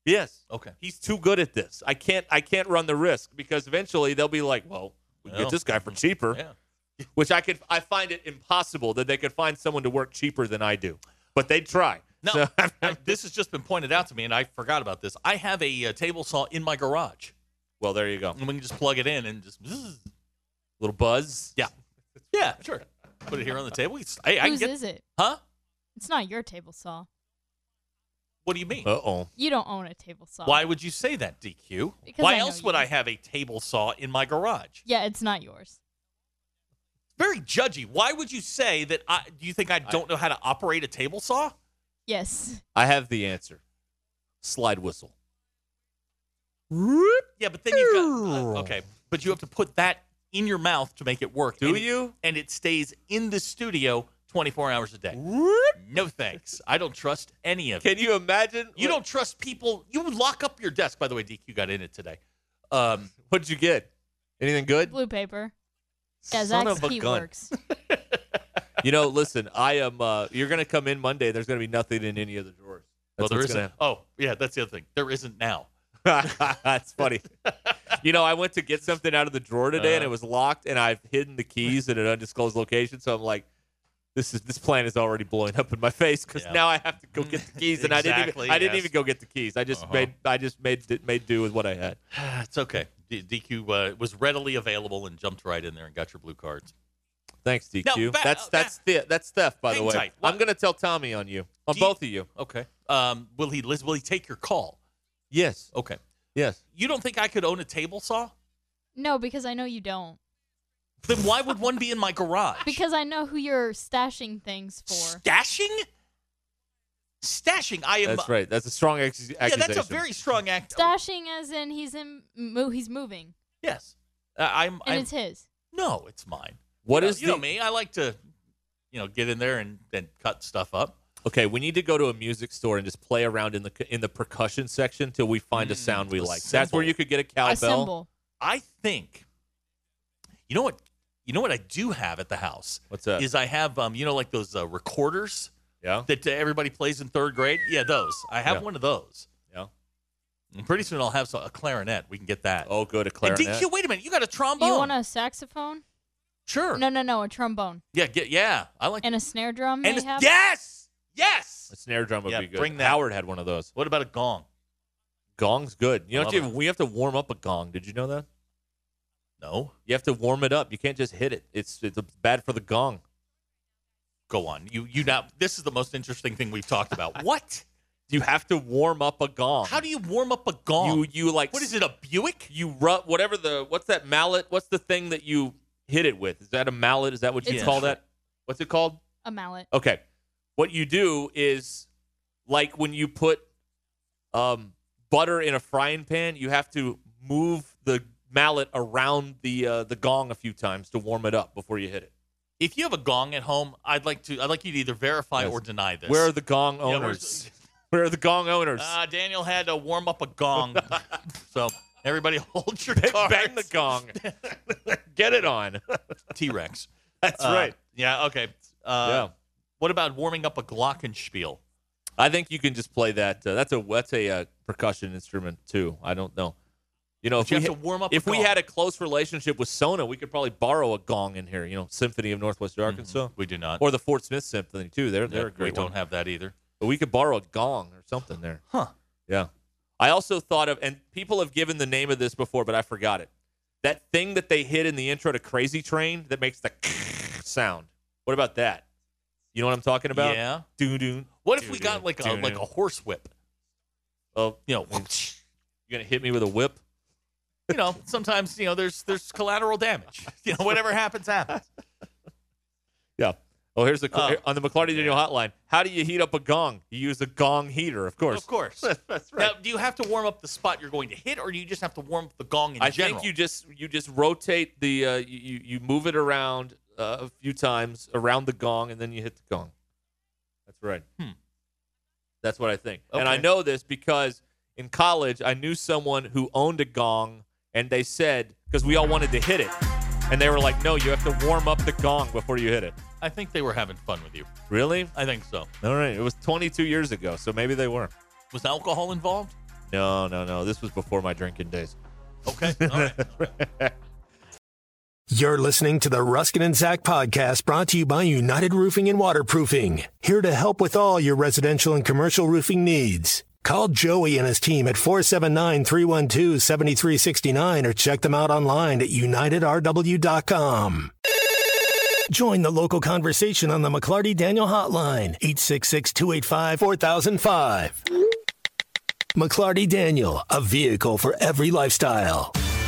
Speaker 3: Yes.
Speaker 4: Okay.
Speaker 3: He's too good at this. I can't I can't run the risk because eventually they'll be like, well, we can
Speaker 4: Well,
Speaker 3: get this guy for cheaper. Which I could I find it impossible that they could find someone to work cheaper than I do. But they'd try.
Speaker 4: No, I- this has just been pointed out to me, and I forgot about this. I have a, uh table saw in my garage,
Speaker 3: Well, there you go.
Speaker 4: and we can just plug it in and just
Speaker 3: little buzz.
Speaker 4: Yeah, yeah, sure. Put it here on the table. It's- Hey, I can
Speaker 6: Whose
Speaker 4: get-
Speaker 6: is it?
Speaker 4: Huh?
Speaker 6: It's not your table saw.
Speaker 4: What do you mean?
Speaker 3: Uh oh.
Speaker 6: You don't own a table saw.
Speaker 4: Why would you say that, DQ?
Speaker 6: Because
Speaker 4: Why
Speaker 6: I know
Speaker 4: else would
Speaker 6: you.
Speaker 4: I have a table saw in my garage?
Speaker 6: Yeah, it's not yours.
Speaker 4: Very judgy. Why would you say that? I, do you think I don't know how to operate a table saw?
Speaker 6: Yes.
Speaker 3: I have the answer. Slide whistle.
Speaker 4: Yeah, but then you've got uh, okay, but you have to put that in your mouth to make it work.
Speaker 3: Do
Speaker 4: and it-
Speaker 3: you?
Speaker 4: and it stays in the studio 24 hours a day. No thanks. I don't trust any of it.
Speaker 3: Can you imagine?
Speaker 4: You don't trust people. You lock up your desk. By the way, DQ got in it today. Um,
Speaker 3: what did you get? Anything good?
Speaker 6: Blue paper. Yeah,
Speaker 3: Son
Speaker 6: Zach's
Speaker 3: of a
Speaker 6: key
Speaker 3: gun.
Speaker 6: works.
Speaker 3: You know, listen, I am uh you're gonna come in Monday, there's gonna be nothing in any of the drawers.
Speaker 4: well,
Speaker 3: That's
Speaker 4: there
Speaker 3: what's
Speaker 4: isn't.
Speaker 3: gonna-
Speaker 4: Oh, yeah, that's the other thing. There isn't now.
Speaker 3: That's funny. you know, I went to get something out of the drawer today and
Speaker 4: Uh.
Speaker 3: it was locked and I've hidden the keys at an undisclosed location. So I'm like, this is this plan is already blowing up in my face because
Speaker 4: Yeah.
Speaker 3: now I have to go get the keys and I didn't even,
Speaker 4: Exactly,
Speaker 3: I didn't
Speaker 4: yes.
Speaker 3: even go get the keys. I just
Speaker 4: Uh-huh.
Speaker 3: made I just made did- made do with what I had.
Speaker 4: it's okay. D- DQ uh, was readily available and jumped right in there and got your blue cards.
Speaker 3: Thanks, DQ.
Speaker 4: Now, back-
Speaker 3: that's that's the, that's theft, by the
Speaker 4: oh, Hang
Speaker 3: way.
Speaker 4: tight.
Speaker 3: I'm gonna tell Tommy on you on
Speaker 4: Do you-
Speaker 3: both of you.
Speaker 4: Okay. Um, will he? Liz, will he take your call?
Speaker 3: Yes,
Speaker 4: Okay.
Speaker 3: yes.
Speaker 4: You don't think I could own a table saw?
Speaker 6: No, because I know you don't.
Speaker 4: Then why would one be in my garage?
Speaker 6: Because I know who you're stashing things for.
Speaker 4: stashing stashing i am
Speaker 3: That's right. That's a strong ex-
Speaker 4: yeah
Speaker 3: accusation.
Speaker 4: that's a very strong act
Speaker 6: Stashing as in he's in mo- he's moving
Speaker 4: yes uh, i'm,
Speaker 6: and
Speaker 4: I'm
Speaker 6: it's his.
Speaker 4: no it's mine
Speaker 3: What
Speaker 4: you
Speaker 3: is
Speaker 4: know, you know
Speaker 3: the-
Speaker 4: me i like to you know get in there and then cut stuff up
Speaker 3: Okay, we need to go to a music store and just play around in the in the percussion section till we find a sound we
Speaker 4: a
Speaker 3: like. That's
Speaker 4: cymbal.
Speaker 3: where you could get a
Speaker 4: A
Speaker 3: cowbell.
Speaker 4: cymbal. I think. You know what? You know what I do have at the house.
Speaker 3: What's that?
Speaker 4: Is I have um, you know, like those uh, recorders.
Speaker 3: Yeah.
Speaker 4: That uh, everybody plays in third grade. Yeah, those. I have
Speaker 3: Yeah.
Speaker 4: one of those.
Speaker 3: Yeah.
Speaker 4: And pretty soon I'll have so- a clarinet. We can get that.
Speaker 3: Oh, go to
Speaker 4: And
Speaker 3: clarinet.
Speaker 4: DQ, wait a minute. You got a trombone?
Speaker 6: You want a saxophone?
Speaker 4: Sure.
Speaker 6: No, no, no, a trombone
Speaker 4: yeah, get, yeah. I like
Speaker 6: and a snare drum.
Speaker 4: And
Speaker 6: they
Speaker 4: a-
Speaker 6: have.
Speaker 4: yes, yes.
Speaker 3: A snare drum would
Speaker 4: Yeah,
Speaker 3: be good.
Speaker 4: bring that.
Speaker 3: Howard had one of those.
Speaker 4: What about a gong?
Speaker 3: Gong's good. You
Speaker 4: I
Speaker 3: know,
Speaker 4: love
Speaker 3: Dave,
Speaker 4: it.
Speaker 3: we have to warm up a gong. Did you know that?
Speaker 4: No.
Speaker 3: You have to warm it up. You can't just hit it. It's it's bad for the gong.
Speaker 4: Go on. You you now this is the most interesting thing we've talked about. what?
Speaker 3: You have to warm up a gong.
Speaker 4: How do you warm up a gong?
Speaker 3: You you like
Speaker 4: what is it, a Buick?
Speaker 3: You rub whatever the what's that mallet? What's the thing that you hit it with? Is that a mallet? Is that what you
Speaker 6: It's-
Speaker 3: call that? What's it called?
Speaker 6: A mallet.
Speaker 3: Okay. What you do is like when you put um, butter in a frying pan, you have to move the mallet around the uh, the gong a few times to warm it up before you hit it.
Speaker 4: If you have a gong at home, I'd like to I'd like you to either verify
Speaker 3: Yes.
Speaker 4: or deny this.
Speaker 3: Where are the gong
Speaker 4: Yeah, where's-
Speaker 3: owners? Where are the gong owners?
Speaker 4: Uh, Daniel had to warm up a gong. so everybody hold your
Speaker 3: Bang-
Speaker 4: cards.
Speaker 3: Bang the gong. Get it on.
Speaker 4: T-Rex.
Speaker 3: That's
Speaker 4: Uh,
Speaker 3: right.
Speaker 4: Yeah, okay. Uh,
Speaker 3: Yeah.
Speaker 4: What about warming up a glockenspiel?
Speaker 3: I think you can just play that. Uh, that's a that's a uh, percussion instrument too. I don't know. You know,
Speaker 4: But
Speaker 3: if
Speaker 4: you
Speaker 3: we
Speaker 4: have
Speaker 3: ha-
Speaker 4: to warm up a
Speaker 3: If we
Speaker 4: gong.
Speaker 3: had a close relationship with Sona, we could probably borrow a gong in here. You know, Symphony of Northwestern Arkansas,
Speaker 4: Mm-hmm. We do not.
Speaker 3: or the Fort Smith Symphony too. They're they're a
Speaker 4: we
Speaker 3: great
Speaker 4: don't
Speaker 3: one.
Speaker 4: have that either.
Speaker 3: But we could borrow a gong or something there.
Speaker 4: Huh.
Speaker 3: Yeah. I also thought of, and people have given the name of this before, but I forgot it. That thing that they hid in the intro to Crazy Train that makes the sound. What about that? You know what I'm talking about?
Speaker 4: Yeah.
Speaker 3: Doo doo.
Speaker 4: What if we got like a like a horse whip?
Speaker 3: Oh,
Speaker 4: You know,
Speaker 3: you gonna hit me with a whip?
Speaker 4: you know, sometimes you know there's there's collateral damage. You know, whatever happens happens.
Speaker 3: Yeah. Oh, here's the
Speaker 4: Oh.
Speaker 3: here- on the McClarty Daniel Hotline. How do you heat up a gong? You use a gong heater, of course.
Speaker 4: Of course. That's right. Now, do you have to warm up the spot you're going to hit, or do you just have to warm up the gong in
Speaker 3: I
Speaker 4: general?
Speaker 3: think you just you just rotate the uh, you you- you move it around uh, a few times around the gong and then you hit the gong. That's right.
Speaker 4: Hmm.
Speaker 3: That's what I think. And I
Speaker 4: Okay.
Speaker 3: know this because in college I knew someone who owned a gong and they said because we all wanted to hit it and they were like, "No, you have to warm up the gong before you hit it."
Speaker 4: I think they were having fun with you.
Speaker 3: Really?
Speaker 4: I think so.
Speaker 3: All right. It was 22 years ago, so maybe they were.
Speaker 4: Was alcohol involved?
Speaker 3: No, no, no. This was before my drinking days.
Speaker 4: Okay. All right.
Speaker 2: You're listening to the Ruskin and Zach podcast brought to you by United Roofing and Waterproofing, here to help with all your residential and commercial roofing needs. Call Joey and his team at 479 312 7369 or check them out online at unitedrw.com. Join the local conversation on the McClarty Daniel Hotline, 866 285 4005. McClarty Daniel, a vehicle for every lifestyle.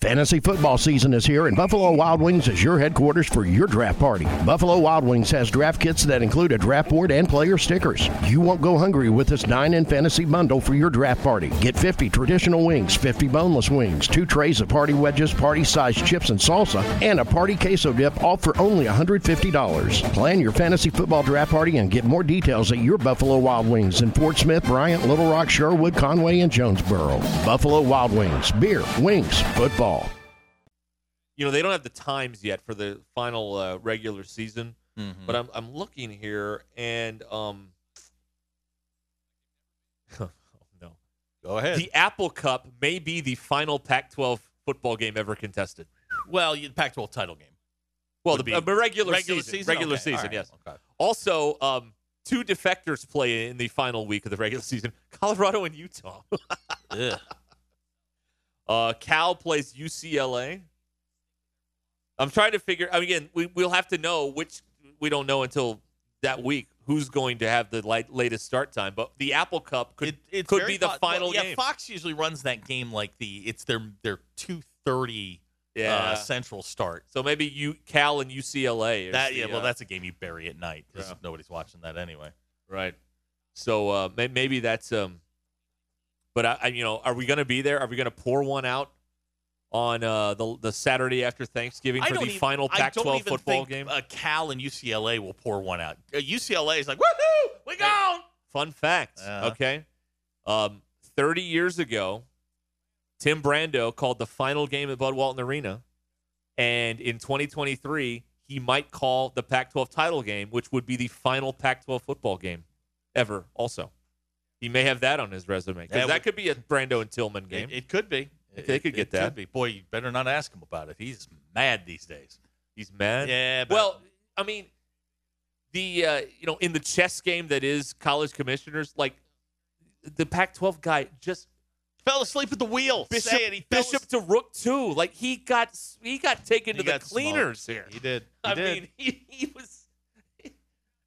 Speaker 11: Fantasy football season is here, and Buffalo Wild Wings is your headquarters for your draft party. Buffalo Wild Wings has draft kits that include a draft board and player stickers. You won't go hungry with this 9 in fantasy bundle for your draft party. Get 50 traditional wings, 50 boneless wings, two trays of party wedges, party sized chips and salsa, and a party queso dip, all for only $150. Plan your fantasy football draft party and get more details at your Buffalo Wild Wings in Fort Smith, Bryant, Little Rock, Sherwood, Conway, and Jonesboro. Buffalo Wild Wings, beer, wings, football.
Speaker 3: You know, they don't have the times yet for the final uh, regular season,
Speaker 4: Mm-hmm.
Speaker 3: but I'm I'm looking here and um oh no.
Speaker 4: Go ahead.
Speaker 3: The Apple Cup may be the final Pac-12 football game ever contested.
Speaker 4: well, you, the Pac-12 title game.
Speaker 3: Well,
Speaker 4: Would
Speaker 3: the
Speaker 4: be-
Speaker 3: a regular,
Speaker 4: regular
Speaker 3: season,
Speaker 4: season?
Speaker 3: regular
Speaker 4: Okay, all
Speaker 3: season,
Speaker 4: right,
Speaker 3: yes.
Speaker 4: okay.
Speaker 3: Also, um, two defectors play in the final week of the regular season: Colorado and Utah.
Speaker 4: Ugh.
Speaker 3: Uh, Cal plays UCLA. I'm trying to figure. I mean, again, we we'll have to know which we don't know until that week who's going to have the light, latest start time. But the Apple Cup could
Speaker 4: It's
Speaker 3: could
Speaker 4: very
Speaker 3: be the
Speaker 4: fo-
Speaker 3: final
Speaker 4: well, yeah,
Speaker 3: game.
Speaker 4: Fox usually runs that game like the it's their their two thirty
Speaker 3: Yeah.
Speaker 4: uh, Central start.
Speaker 3: So maybe you Cal and UCLA. is
Speaker 4: That
Speaker 3: the,
Speaker 4: yeah, well,
Speaker 3: uh,
Speaker 4: that's a game you bury at night because
Speaker 3: Yeah.
Speaker 4: nobody's watching that anyway.
Speaker 3: Right. So uh, may- maybe that's um. But I, I, you know, are we going to be there? Are we going to pour one out on uh, the the Saturday after Thanksgiving for
Speaker 4: I
Speaker 3: the
Speaker 4: don't even-
Speaker 3: final
Speaker 4: I don't
Speaker 3: Pac-12
Speaker 4: even
Speaker 3: football
Speaker 4: think,
Speaker 3: game?
Speaker 4: Uh, Cal and UCLA will pour one out. Uh, UCLA is like, woohoo, we gone.
Speaker 3: Fun fact. Okay. Um, 30 years ago, Tim Brando called the final game at Bud Walton Arena. And in 2023, he might call the Pac 12 title game, which would be the final Pac 12 football game ever, also. He may have that on his resume. 'cause
Speaker 4: That
Speaker 3: that,
Speaker 4: would-
Speaker 3: could be a Brando and Tillman game.
Speaker 4: It, it could be.
Speaker 3: If they
Speaker 4: It-
Speaker 3: could
Speaker 4: it
Speaker 3: get that.
Speaker 4: be. Boy, you better not ask him about it. He's mad these days.
Speaker 3: He's mad.
Speaker 4: Yeah. about-
Speaker 3: Well, I mean, the uh, you know in the chess game that is college commissioners, like the Pac-12 guy just
Speaker 4: fell asleep at the wheel.
Speaker 3: Bishop,
Speaker 4: Say it, he fell
Speaker 3: Bishop to Rook too. Like he got he got taken
Speaker 4: He
Speaker 3: to
Speaker 4: got
Speaker 3: the cleaners
Speaker 4: smoked.
Speaker 3: here.
Speaker 4: He did. He
Speaker 3: I
Speaker 4: did.
Speaker 3: mean, he, he was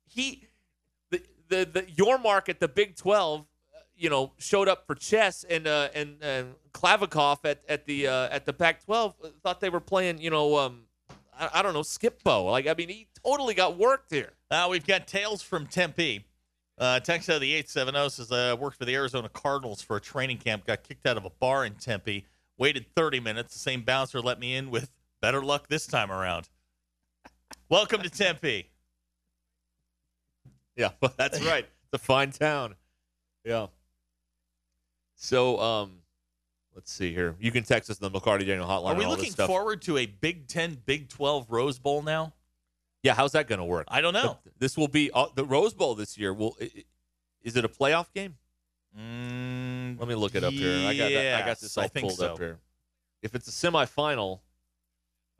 Speaker 3: he the the the your mark at the Big Twelve. uh, You know, showed up for chess and uh, and and Klavikov at at the uh, at the Pac-12 uh, thought they were playing. You know, um, I, I don't know, skip bow. Like I mean, he totally got worked here.
Speaker 4: Uh, we've got Tales from Tempe. Uh, text out of the 870 says, I worked for the Arizona Cardinals for a training camp, got kicked out of a bar in Tempe, waited 30 minutes. The same bouncer let me in with better luck this time around. Welcome to Tempe.
Speaker 3: Yeah, well, that's right. It's a fine town. Yeah. So, um, let's see here. You can text us on the McCarty Daniel hotline.
Speaker 4: Are we
Speaker 3: and all
Speaker 4: looking
Speaker 3: this stuff.
Speaker 4: forward to a Big 10, Big 12 Rose Bowl now?
Speaker 3: Yeah, how's that going to work?
Speaker 4: I don't know.
Speaker 3: The- this will be uh, the Rose Bowl this year. Will i- i- is it a playoff game? Let me look it up here. I got that, I got
Speaker 4: yes,
Speaker 3: this
Speaker 4: I
Speaker 3: all
Speaker 4: think
Speaker 3: pulled up
Speaker 4: so.
Speaker 3: here. If it's a semifinal,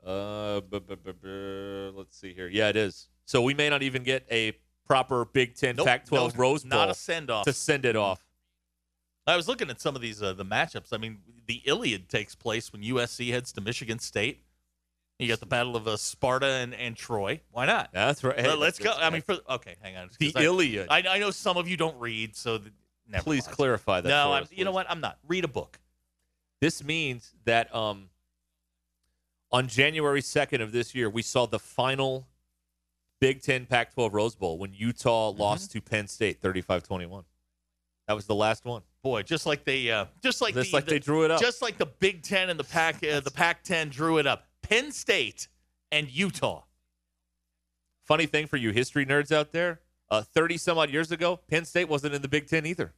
Speaker 3: uh, bu- bu- bu- bu- let's see here. Yeah, it is. So we may not even get a proper Big Ten,
Speaker 4: Nope,
Speaker 3: Pac-12
Speaker 4: no,
Speaker 3: Rose Bowl.
Speaker 4: not a send-off.
Speaker 3: to send it off.
Speaker 4: I was looking at some of these uh, the matchups. I mean, the Iliad takes place when USC heads to Michigan State. You got the battle of uh, Sparta and, and Troy. Why not?
Speaker 3: That's right. Hey,
Speaker 4: Well, let's go.
Speaker 3: that's-
Speaker 4: I mean, for okay, hang on. 'Cause
Speaker 3: The
Speaker 4: I,
Speaker 3: Iliad.
Speaker 4: I, I know some of you don't read, so th- never
Speaker 3: Please
Speaker 4: mind.
Speaker 3: clarify that.
Speaker 4: No,
Speaker 3: for
Speaker 4: I'm,
Speaker 3: us,
Speaker 4: you know
Speaker 3: please.
Speaker 4: what? I'm not. Read a book.
Speaker 3: This means that um, on January 2nd of this year, we saw the final Big Ten Pac 12 Rose Bowl when Utah
Speaker 4: Mm-hmm.
Speaker 3: lost to Penn State 35 21. That was the last one.
Speaker 4: Boy, just like they, uh, just like
Speaker 3: Just
Speaker 4: the,
Speaker 3: like
Speaker 4: the-
Speaker 3: they drew it up.
Speaker 4: just like the Big Ten and the Pac, uh, the Pac-10 drew it up. Penn State and Utah.
Speaker 3: Funny thing for you history nerds out there 30 some odd years ago, Penn State wasn't in the Big Ten either.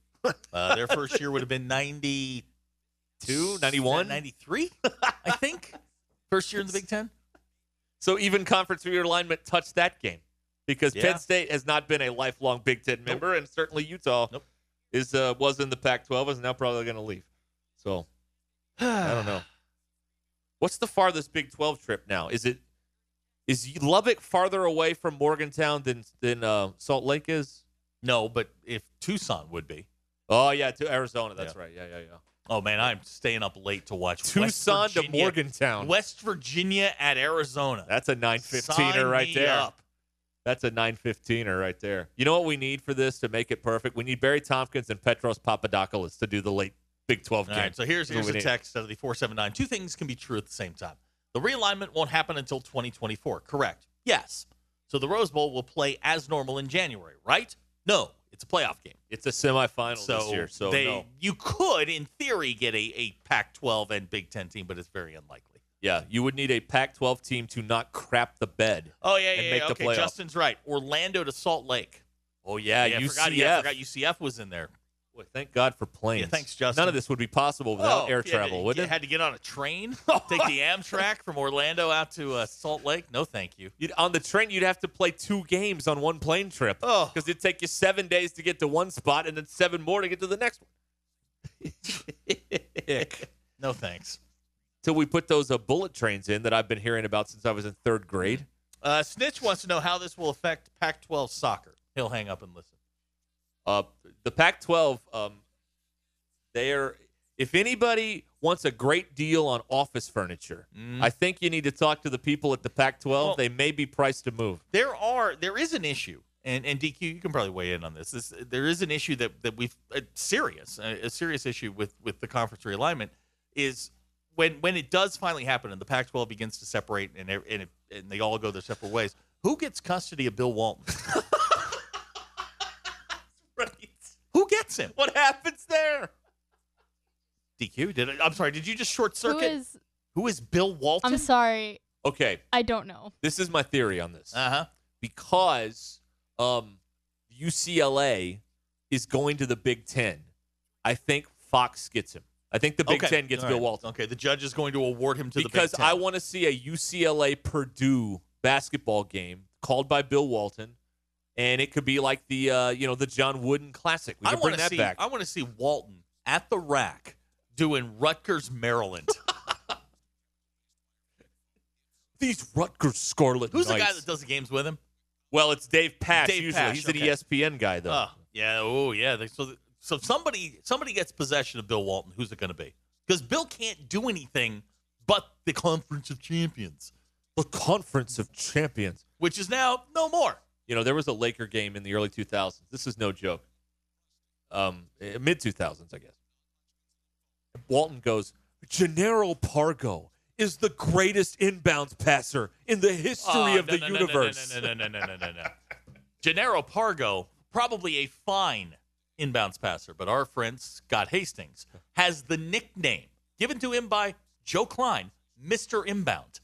Speaker 4: Uh, their first year would have been 92,
Speaker 3: 91?
Speaker 4: 93, I think. First year in the Big Ten.
Speaker 3: So even conference realignment touched that game because
Speaker 4: Yeah.
Speaker 3: Penn State has not been a lifelong Big Ten member, and certainly Utah is uh, was in the Pac-12 is now probably going to leave. So I don't know. What's the farthest Big 12 trip now? Is it is Lubbock farther away from Morgantown than than uh, Salt Lake is?
Speaker 4: No, but if Tucson would be.
Speaker 3: Oh yeah, to Arizona. That's
Speaker 4: Yeah.
Speaker 3: right. Yeah, yeah, yeah.
Speaker 4: Oh man, I'm staying up late to watch
Speaker 3: Tucson
Speaker 4: West
Speaker 3: to
Speaker 4: Virginia,
Speaker 3: Morgantown.
Speaker 4: West Virginia at Arizona.
Speaker 3: That's a
Speaker 4: Sign
Speaker 3: 915er right
Speaker 4: me
Speaker 3: there.
Speaker 4: up.
Speaker 3: That's a 915er right there. You know what we need for this to make it perfect? We need Barry Tompkins and Petros Papadopoulos to do the late Big 12
Speaker 4: All
Speaker 3: game.
Speaker 4: right, so here's
Speaker 3: That's what
Speaker 4: here's
Speaker 3: we
Speaker 4: a
Speaker 3: need.
Speaker 4: text out of the 479. Two things can be true at the same time. The realignment won't happen until 2024. Correct. Yes. So the Rose Bowl will play as normal in January, right? No, it's a playoff game.
Speaker 3: It's a semifinal
Speaker 4: So,
Speaker 3: this year, so
Speaker 4: they
Speaker 3: no.
Speaker 4: you could, in theory, get a, a Pac-12 and Big Ten team, but it's very unlikely.
Speaker 3: Yeah, you would need a Pac-12 team to not crap the bed.
Speaker 4: Oh yeah,
Speaker 3: and
Speaker 4: yeah,
Speaker 3: make
Speaker 4: yeah.
Speaker 3: the
Speaker 4: okay.
Speaker 3: playoff.
Speaker 4: Justin's right. Orlando to Salt Lake.
Speaker 3: oh yeah,
Speaker 4: yeah, I
Speaker 3: UCF.
Speaker 4: forgot, yeah, I forgot UCF was in there.
Speaker 3: Boy, thank God for planes.
Speaker 4: Yeah, thanks, Justin.
Speaker 3: None of this would be possible without
Speaker 4: Oh,
Speaker 3: air
Speaker 4: yeah,
Speaker 3: travel,
Speaker 4: you
Speaker 3: would
Speaker 4: get-
Speaker 3: it?
Speaker 4: Had to get on a train, take the Amtrak from Orlando out to uh, Salt Lake. No, thank you.
Speaker 3: You'd, on the train, you'd have to play two games on one plane trip.
Speaker 4: Oh.
Speaker 3: because it'd take you seven days to get to one spot and then seven more to get to the next one.
Speaker 4: No thanks.
Speaker 3: Till we put those uh, bullet trains in that I've been hearing about since I was in third grade.
Speaker 4: Uh, Snitch wants to know how this will affect Pac-12 soccer. He'll hang up and listen.
Speaker 3: Uh, the Pac-12, um, they're if anybody wants a great deal on office furniture, I think you need to talk to the people at the Pac-12.
Speaker 4: Mm-hmm. Well-
Speaker 3: they may be priced to move.
Speaker 4: There are there is an issue, and and DQ, you can probably weigh in on this. this there is an issue that that we've a serious a, a serious issue with with the conference realignment is when when it does finally happen and the Pac-12 begins to separate and ev- and, it, and they all go their separate ways. Who gets custody of Bill Walton? Who gets him? What happens there? DQ did it. I'm sorry. Did you just short circuit?
Speaker 6: is-
Speaker 4: Who is Bill Walton?
Speaker 6: I'm sorry.
Speaker 3: Okay.
Speaker 6: I don't know.
Speaker 3: This is my theory on this.
Speaker 4: Uh huh.
Speaker 3: Because um, UCLA is going to the Big Ten. I think Fox gets him. I think the Big
Speaker 4: Okay.
Speaker 3: Ten gets
Speaker 4: All
Speaker 3: Bill
Speaker 4: right.
Speaker 3: Walton.
Speaker 4: Okay. The judge is going to award him to the Big
Speaker 3: because
Speaker 4: Ten.
Speaker 3: I want to see a UCLA Purdue basketball game called by Bill Walton, and it could be like the uh, you know the John Wooden Classic. We
Speaker 4: I
Speaker 3: can bring
Speaker 4: want to
Speaker 3: that
Speaker 4: see.
Speaker 3: back.
Speaker 4: I want to see Walton at the rack doing Rutgers, Maryland.
Speaker 3: These Rutgers Scarlet
Speaker 4: Who's the guy
Speaker 3: Knights.
Speaker 4: that does the games with him?
Speaker 3: Well, it's Dave Pash
Speaker 4: Dave
Speaker 3: usually.
Speaker 4: Pash,
Speaker 3: He's
Speaker 4: okay.
Speaker 3: an E ESPN guy though.
Speaker 4: Oh, yeah. Oh, yeah. They- So, so somebody somebody gets possession of Bill Walton. Who's it going to be? Because Bill can't do anything but the Conference of Champions,
Speaker 3: the Conference of Champions,
Speaker 4: which is now no more.
Speaker 3: You know, there was a Laker game in the early 2000s. This is no joke. Um, mid 2000s, I guess. Walton goes, Gennaro Pargo is the greatest inbounds passer in the history
Speaker 4: Oh,
Speaker 3: of
Speaker 4: no,
Speaker 3: the
Speaker 4: no, no, no,
Speaker 3: universe.
Speaker 4: No, no, no, no, no, no, no. no. Gennaro Pargo, probably a fine inbounds passer, but our friend Scott Hastings has the nickname given to him by Joe Klein, Mr. Inbound.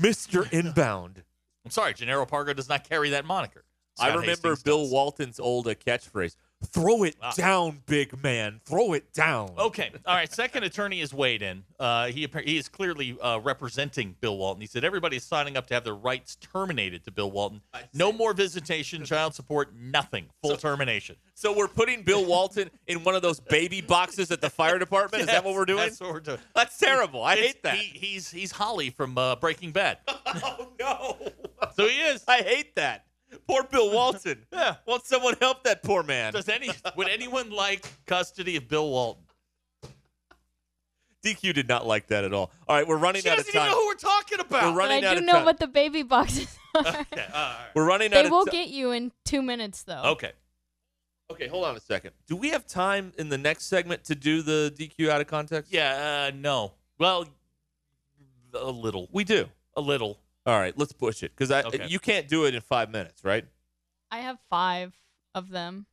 Speaker 3: Mr. Inbound.
Speaker 4: I'm sorry, Gennaro Pargo does not carry that moniker.
Speaker 3: I
Speaker 4: Scott
Speaker 3: remember
Speaker 4: Hastings
Speaker 3: Bill
Speaker 4: does.
Speaker 3: Walton's old uh, catchphrase throw it down, big man. Throw it down.
Speaker 4: Okay. All right. Second attorney is weighed in. Uh, he appar- he is clearly uh, representing Bill Walton. He said everybody is signing up to have their rights terminated to Bill Walton. No more visitation, child support, nothing. Full termination.
Speaker 3: So we're putting Bill Walton in one of those baby boxes at the fire department. Is that what we're doing?
Speaker 4: That's what we're doing.
Speaker 3: That's terrible. I hate that.
Speaker 4: He, he's he's Holly from uh, Breaking Bad.
Speaker 3: no.
Speaker 4: So he is.
Speaker 3: I hate that. Poor Bill Walton.
Speaker 4: Yeah.
Speaker 3: Won't someone help that poor man?
Speaker 4: Does any would anyone like custody of Bill Walton?
Speaker 3: DQ did not like that at all. All right, we're running
Speaker 4: She
Speaker 3: out
Speaker 4: doesn't
Speaker 3: of
Speaker 4: even
Speaker 3: time.
Speaker 4: know who we're talking about.
Speaker 3: We're running
Speaker 6: but I
Speaker 3: out
Speaker 6: do
Speaker 3: of
Speaker 6: know
Speaker 3: time.
Speaker 6: what the baby boxes are.
Speaker 4: Okay, all right.
Speaker 3: we're running out
Speaker 6: they
Speaker 3: of
Speaker 6: will
Speaker 3: ti-
Speaker 6: get you in two minutes, though.
Speaker 4: Okay.
Speaker 3: Oh. Okay, hold on a second. Do we have time in the next segment to do the DQ out of context?
Speaker 4: Yeah. Uh, no. Well, a little.
Speaker 3: We do.
Speaker 4: A little.
Speaker 3: All right, let's push it because I
Speaker 4: Okay.
Speaker 3: you can't do it in five minutes, right?
Speaker 6: I have five of them.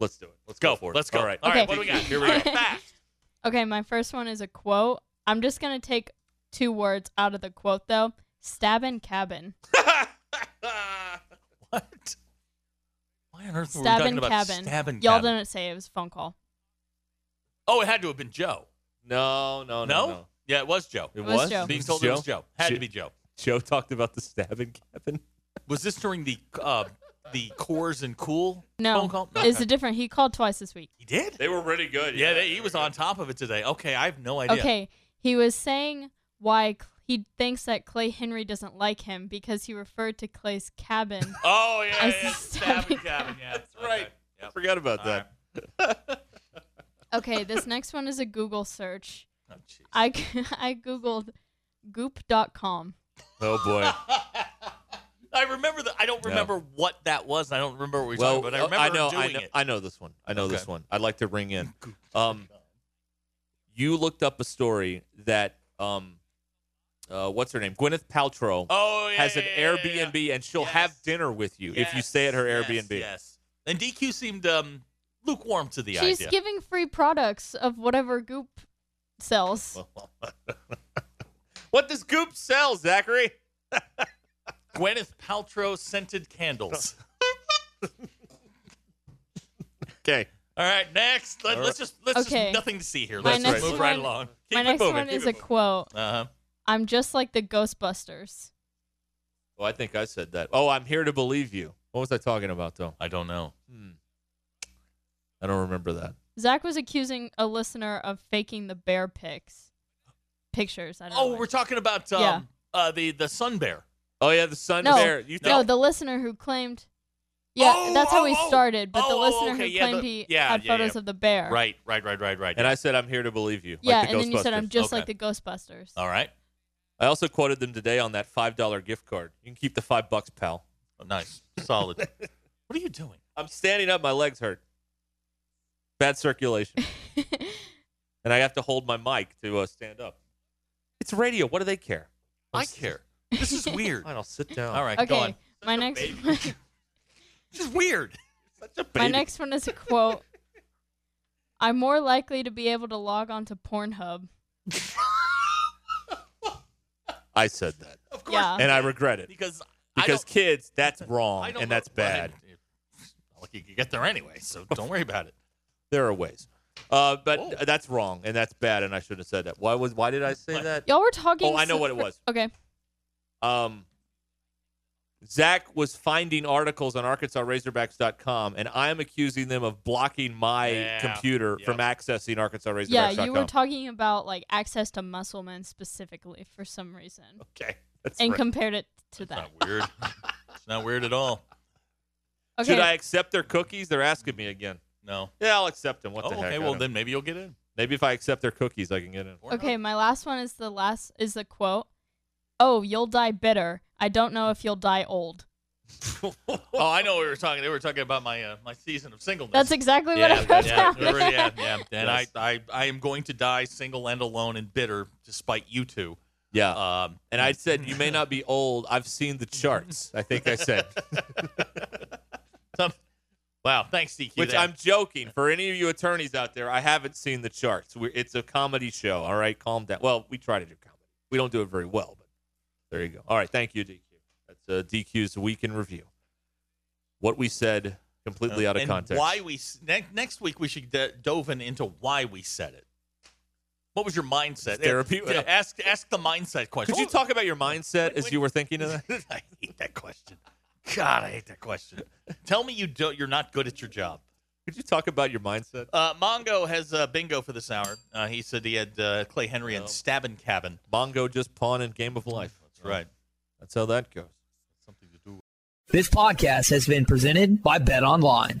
Speaker 3: Let's do it. Let's
Speaker 4: Go.
Speaker 3: go, for it.
Speaker 4: Let's go.
Speaker 3: All right.
Speaker 4: All
Speaker 6: Okay.
Speaker 4: right. What do we got?
Speaker 3: Here we go.
Speaker 4: All right, Fast.
Speaker 6: Okay, my first one is a quote. I'm just gonna take two words out of the quote though. Stab and cabin.
Speaker 4: What? Why on earth were we
Speaker 6: Stab
Speaker 4: talking
Speaker 6: and
Speaker 4: about
Speaker 6: cabin.
Speaker 4: stabbing
Speaker 6: Y'all
Speaker 4: cabin?
Speaker 6: didn't say it was a phone call.
Speaker 4: Oh, it had to have been Joe.
Speaker 3: No, no, no,
Speaker 4: No?
Speaker 3: Oh, no.
Speaker 4: Yeah, it was Joe.
Speaker 3: It
Speaker 6: was
Speaker 3: was
Speaker 6: Joe.
Speaker 4: Being told it was Joe. Had to be Joe.
Speaker 3: Joe talked about the stabbing cabin.
Speaker 4: Was this during the uh, the Coors and Cool
Speaker 6: No,
Speaker 4: phone call?
Speaker 6: it's a different. He called twice this week.
Speaker 4: he did.
Speaker 3: They were pretty good.
Speaker 4: yeah, they, he was on top of it today. Okay, I have no idea.
Speaker 6: Okay, he was saying why Cl- he thinks that Clay Henry doesn't like him because he referred to Clay's cabin.
Speaker 4: Oh yeah,
Speaker 6: As
Speaker 4: yeah, yeah.
Speaker 6: a
Speaker 4: stabbing
Speaker 6: stabbing
Speaker 4: cabin. Yeah, that's
Speaker 3: right. I forgot about that.
Speaker 6: okay, this next one is a Google search.
Speaker 4: Oh, jeez.
Speaker 6: I g- I googled goop.com.
Speaker 3: Oh boy.
Speaker 4: I remember that. I don't
Speaker 3: No.
Speaker 4: remember what that was. and I don't remember what we were
Speaker 3: well, uh,
Speaker 4: talking about. I remember
Speaker 3: I know,
Speaker 4: doing
Speaker 3: I know,
Speaker 4: it.
Speaker 3: I know this one. I know this
Speaker 4: Okay.
Speaker 3: one. I'd like to ring in. Um, you looked up a story that um, uh, what's her name? Gwyneth Paltrow
Speaker 4: oh yeah,
Speaker 3: has an
Speaker 4: yeah, yeah, yeah, yeah.
Speaker 3: Airbnb, and she'll have
Speaker 4: Yes.
Speaker 3: dinner with you if you
Speaker 4: Yes,
Speaker 3: stay at her
Speaker 4: yes,
Speaker 3: Airbnb.
Speaker 4: Yes. And DQ seemed um, lukewarm to the
Speaker 6: She's
Speaker 4: idea.
Speaker 6: giving free products of whatever goop sells.
Speaker 3: What does Goop sell, Zachary?
Speaker 4: Gwyneth Paltrow scented candles.
Speaker 3: Okay.
Speaker 4: All right, next. Let,
Speaker 3: All
Speaker 4: Let's just let's
Speaker 6: Okay.
Speaker 4: just nothing to see here.
Speaker 6: My
Speaker 4: Let's just
Speaker 6: next
Speaker 4: move right
Speaker 6: one-
Speaker 4: along. Keep
Speaker 6: My
Speaker 4: it
Speaker 6: next
Speaker 4: moving.
Speaker 6: one is a quote.
Speaker 4: Uh huh.
Speaker 6: I'm just like the Ghostbusters.
Speaker 3: Oh, I think I said that. Oh, I'm here to believe you. What was I talking about though?
Speaker 4: I don't know.
Speaker 3: Hmm. I don't remember that.
Speaker 6: Zach was accusing a listener of faking the bear pics. Pictures. I don't
Speaker 4: Oh,
Speaker 6: know.
Speaker 4: we're talking about um,
Speaker 6: Yeah.
Speaker 4: uh, the the sun bear.
Speaker 3: Oh yeah, the sun
Speaker 6: no,
Speaker 3: bear. You
Speaker 6: no,
Speaker 3: thought-
Speaker 6: the listener who claimed. Yeah,
Speaker 4: Oh,
Speaker 6: that's how
Speaker 4: oh,
Speaker 6: we
Speaker 4: oh.
Speaker 6: started. But the
Speaker 4: Oh, oh,
Speaker 6: listener
Speaker 4: okay,
Speaker 6: who
Speaker 4: yeah,
Speaker 6: claimed
Speaker 4: the-
Speaker 6: he
Speaker 4: yeah,
Speaker 6: had
Speaker 4: yeah,
Speaker 6: photos
Speaker 4: yeah.
Speaker 6: of the bear.
Speaker 4: Right, right, right, right, right.
Speaker 3: and I said I'm here to believe you.
Speaker 6: Yeah,
Speaker 3: like the
Speaker 6: and then you said, "I'm
Speaker 3: Ghostbusters.
Speaker 6: just
Speaker 4: Okay.
Speaker 6: like the Ghostbusters."
Speaker 4: All right.
Speaker 3: I also quoted them today on that five dollar gift card. You can keep the five bucks, pal.
Speaker 4: Oh, nice, solid. what are you doing?
Speaker 3: I'm standing up. My legs hurt. Bad circulation. and I have to hold my mic to uh, stand up. It's radio. What do they care?
Speaker 4: I care. This is weird.
Speaker 3: Fine, I'll sit down.
Speaker 4: All right,
Speaker 6: okay,
Speaker 4: go on.
Speaker 6: my next this
Speaker 4: is weird.
Speaker 6: my
Speaker 4: baby.
Speaker 6: next one is a quote. I'm more likely to be able to log on to Pornhub.
Speaker 3: I said that.
Speaker 6: Of course. Yeah.
Speaker 3: And I regret it.
Speaker 4: Because I
Speaker 3: Because
Speaker 4: don't-
Speaker 3: kids, that's wrong
Speaker 4: don't
Speaker 3: and that's
Speaker 4: know- well,
Speaker 3: bad.
Speaker 4: Like you could get there anyway, so don't worry about it.
Speaker 3: There are ways. Uh, but that's wrong and that's bad and I shouldn't have said that. Why was why did I say that?
Speaker 6: Y'all were talking.
Speaker 3: Oh, I know
Speaker 6: so-
Speaker 3: what it was.
Speaker 6: Okay.
Speaker 3: Um, Zach was finding articles on ArkansasRazorbacks.com, and I am accusing them of blocking my
Speaker 6: Yeah,
Speaker 3: computer from accessing ArkansasRazorbacks.com.
Speaker 6: Yeah, you were talking about like access to Muscleman specifically for some reason,
Speaker 3: Okay, that's
Speaker 6: and
Speaker 3: right.
Speaker 6: compared it to that.
Speaker 4: Weird. it's not weird at all.
Speaker 6: Okay.
Speaker 3: Should I accept their cookies? They're asking me again.
Speaker 4: No.
Speaker 3: Yeah, I'll accept them. What
Speaker 4: Oh,
Speaker 3: the heck?
Speaker 4: okay,
Speaker 3: I
Speaker 4: well,
Speaker 3: don't-
Speaker 4: then maybe you'll get in.
Speaker 3: Maybe if I accept their cookies, I can get in.
Speaker 6: Okay, my last one is the last is the quote. Oh, you'll die bitter. I don't know if you'll die old.
Speaker 4: Oh, I know what we were talking. They were talking about my uh, my season of singleness.
Speaker 6: That's exactly what I wrote
Speaker 4: yeah,
Speaker 6: down.
Speaker 4: yeah, yeah, yeah. And
Speaker 3: Yes.
Speaker 4: I, I, I am going to die single and alone and bitter, despite you two.
Speaker 3: Yeah.
Speaker 4: Um,
Speaker 3: and I said, you may not be old. I've seen the charts. I think I said.
Speaker 4: wow. Thanks, DQ.
Speaker 3: Which I'm joking. For any of you attorneys out there, I haven't seen the charts. We're, it's a comedy show. All right, calm down. Well, we try to do comedy. We don't do it very well, but there you go. All right, thank you, DQ. That's uh, DQ's week in review. What we said completely out of
Speaker 4: Uh, and
Speaker 3: context.
Speaker 4: Why we s- ne- next week we should de- dove in into why we said it. What was your mindset?
Speaker 3: Therapy?
Speaker 4: Yeah, ask ask the mindset question. Oh,
Speaker 3: Could you talk about your mindset as you were thinking of that?
Speaker 4: I hate that question. God, I hate that question. Tell me you don't. You're not good at your job.
Speaker 3: Could you talk about your mindset?
Speaker 4: Uh, Mongo has uh, bingo for this hour. Uh, he said he had uh, Clay Henry and Stabbin Cabin.
Speaker 3: Mongo just pawn in Game of Life. That's
Speaker 4: right.
Speaker 3: That's how that goes.
Speaker 7: This podcast has been presented by Bet Online.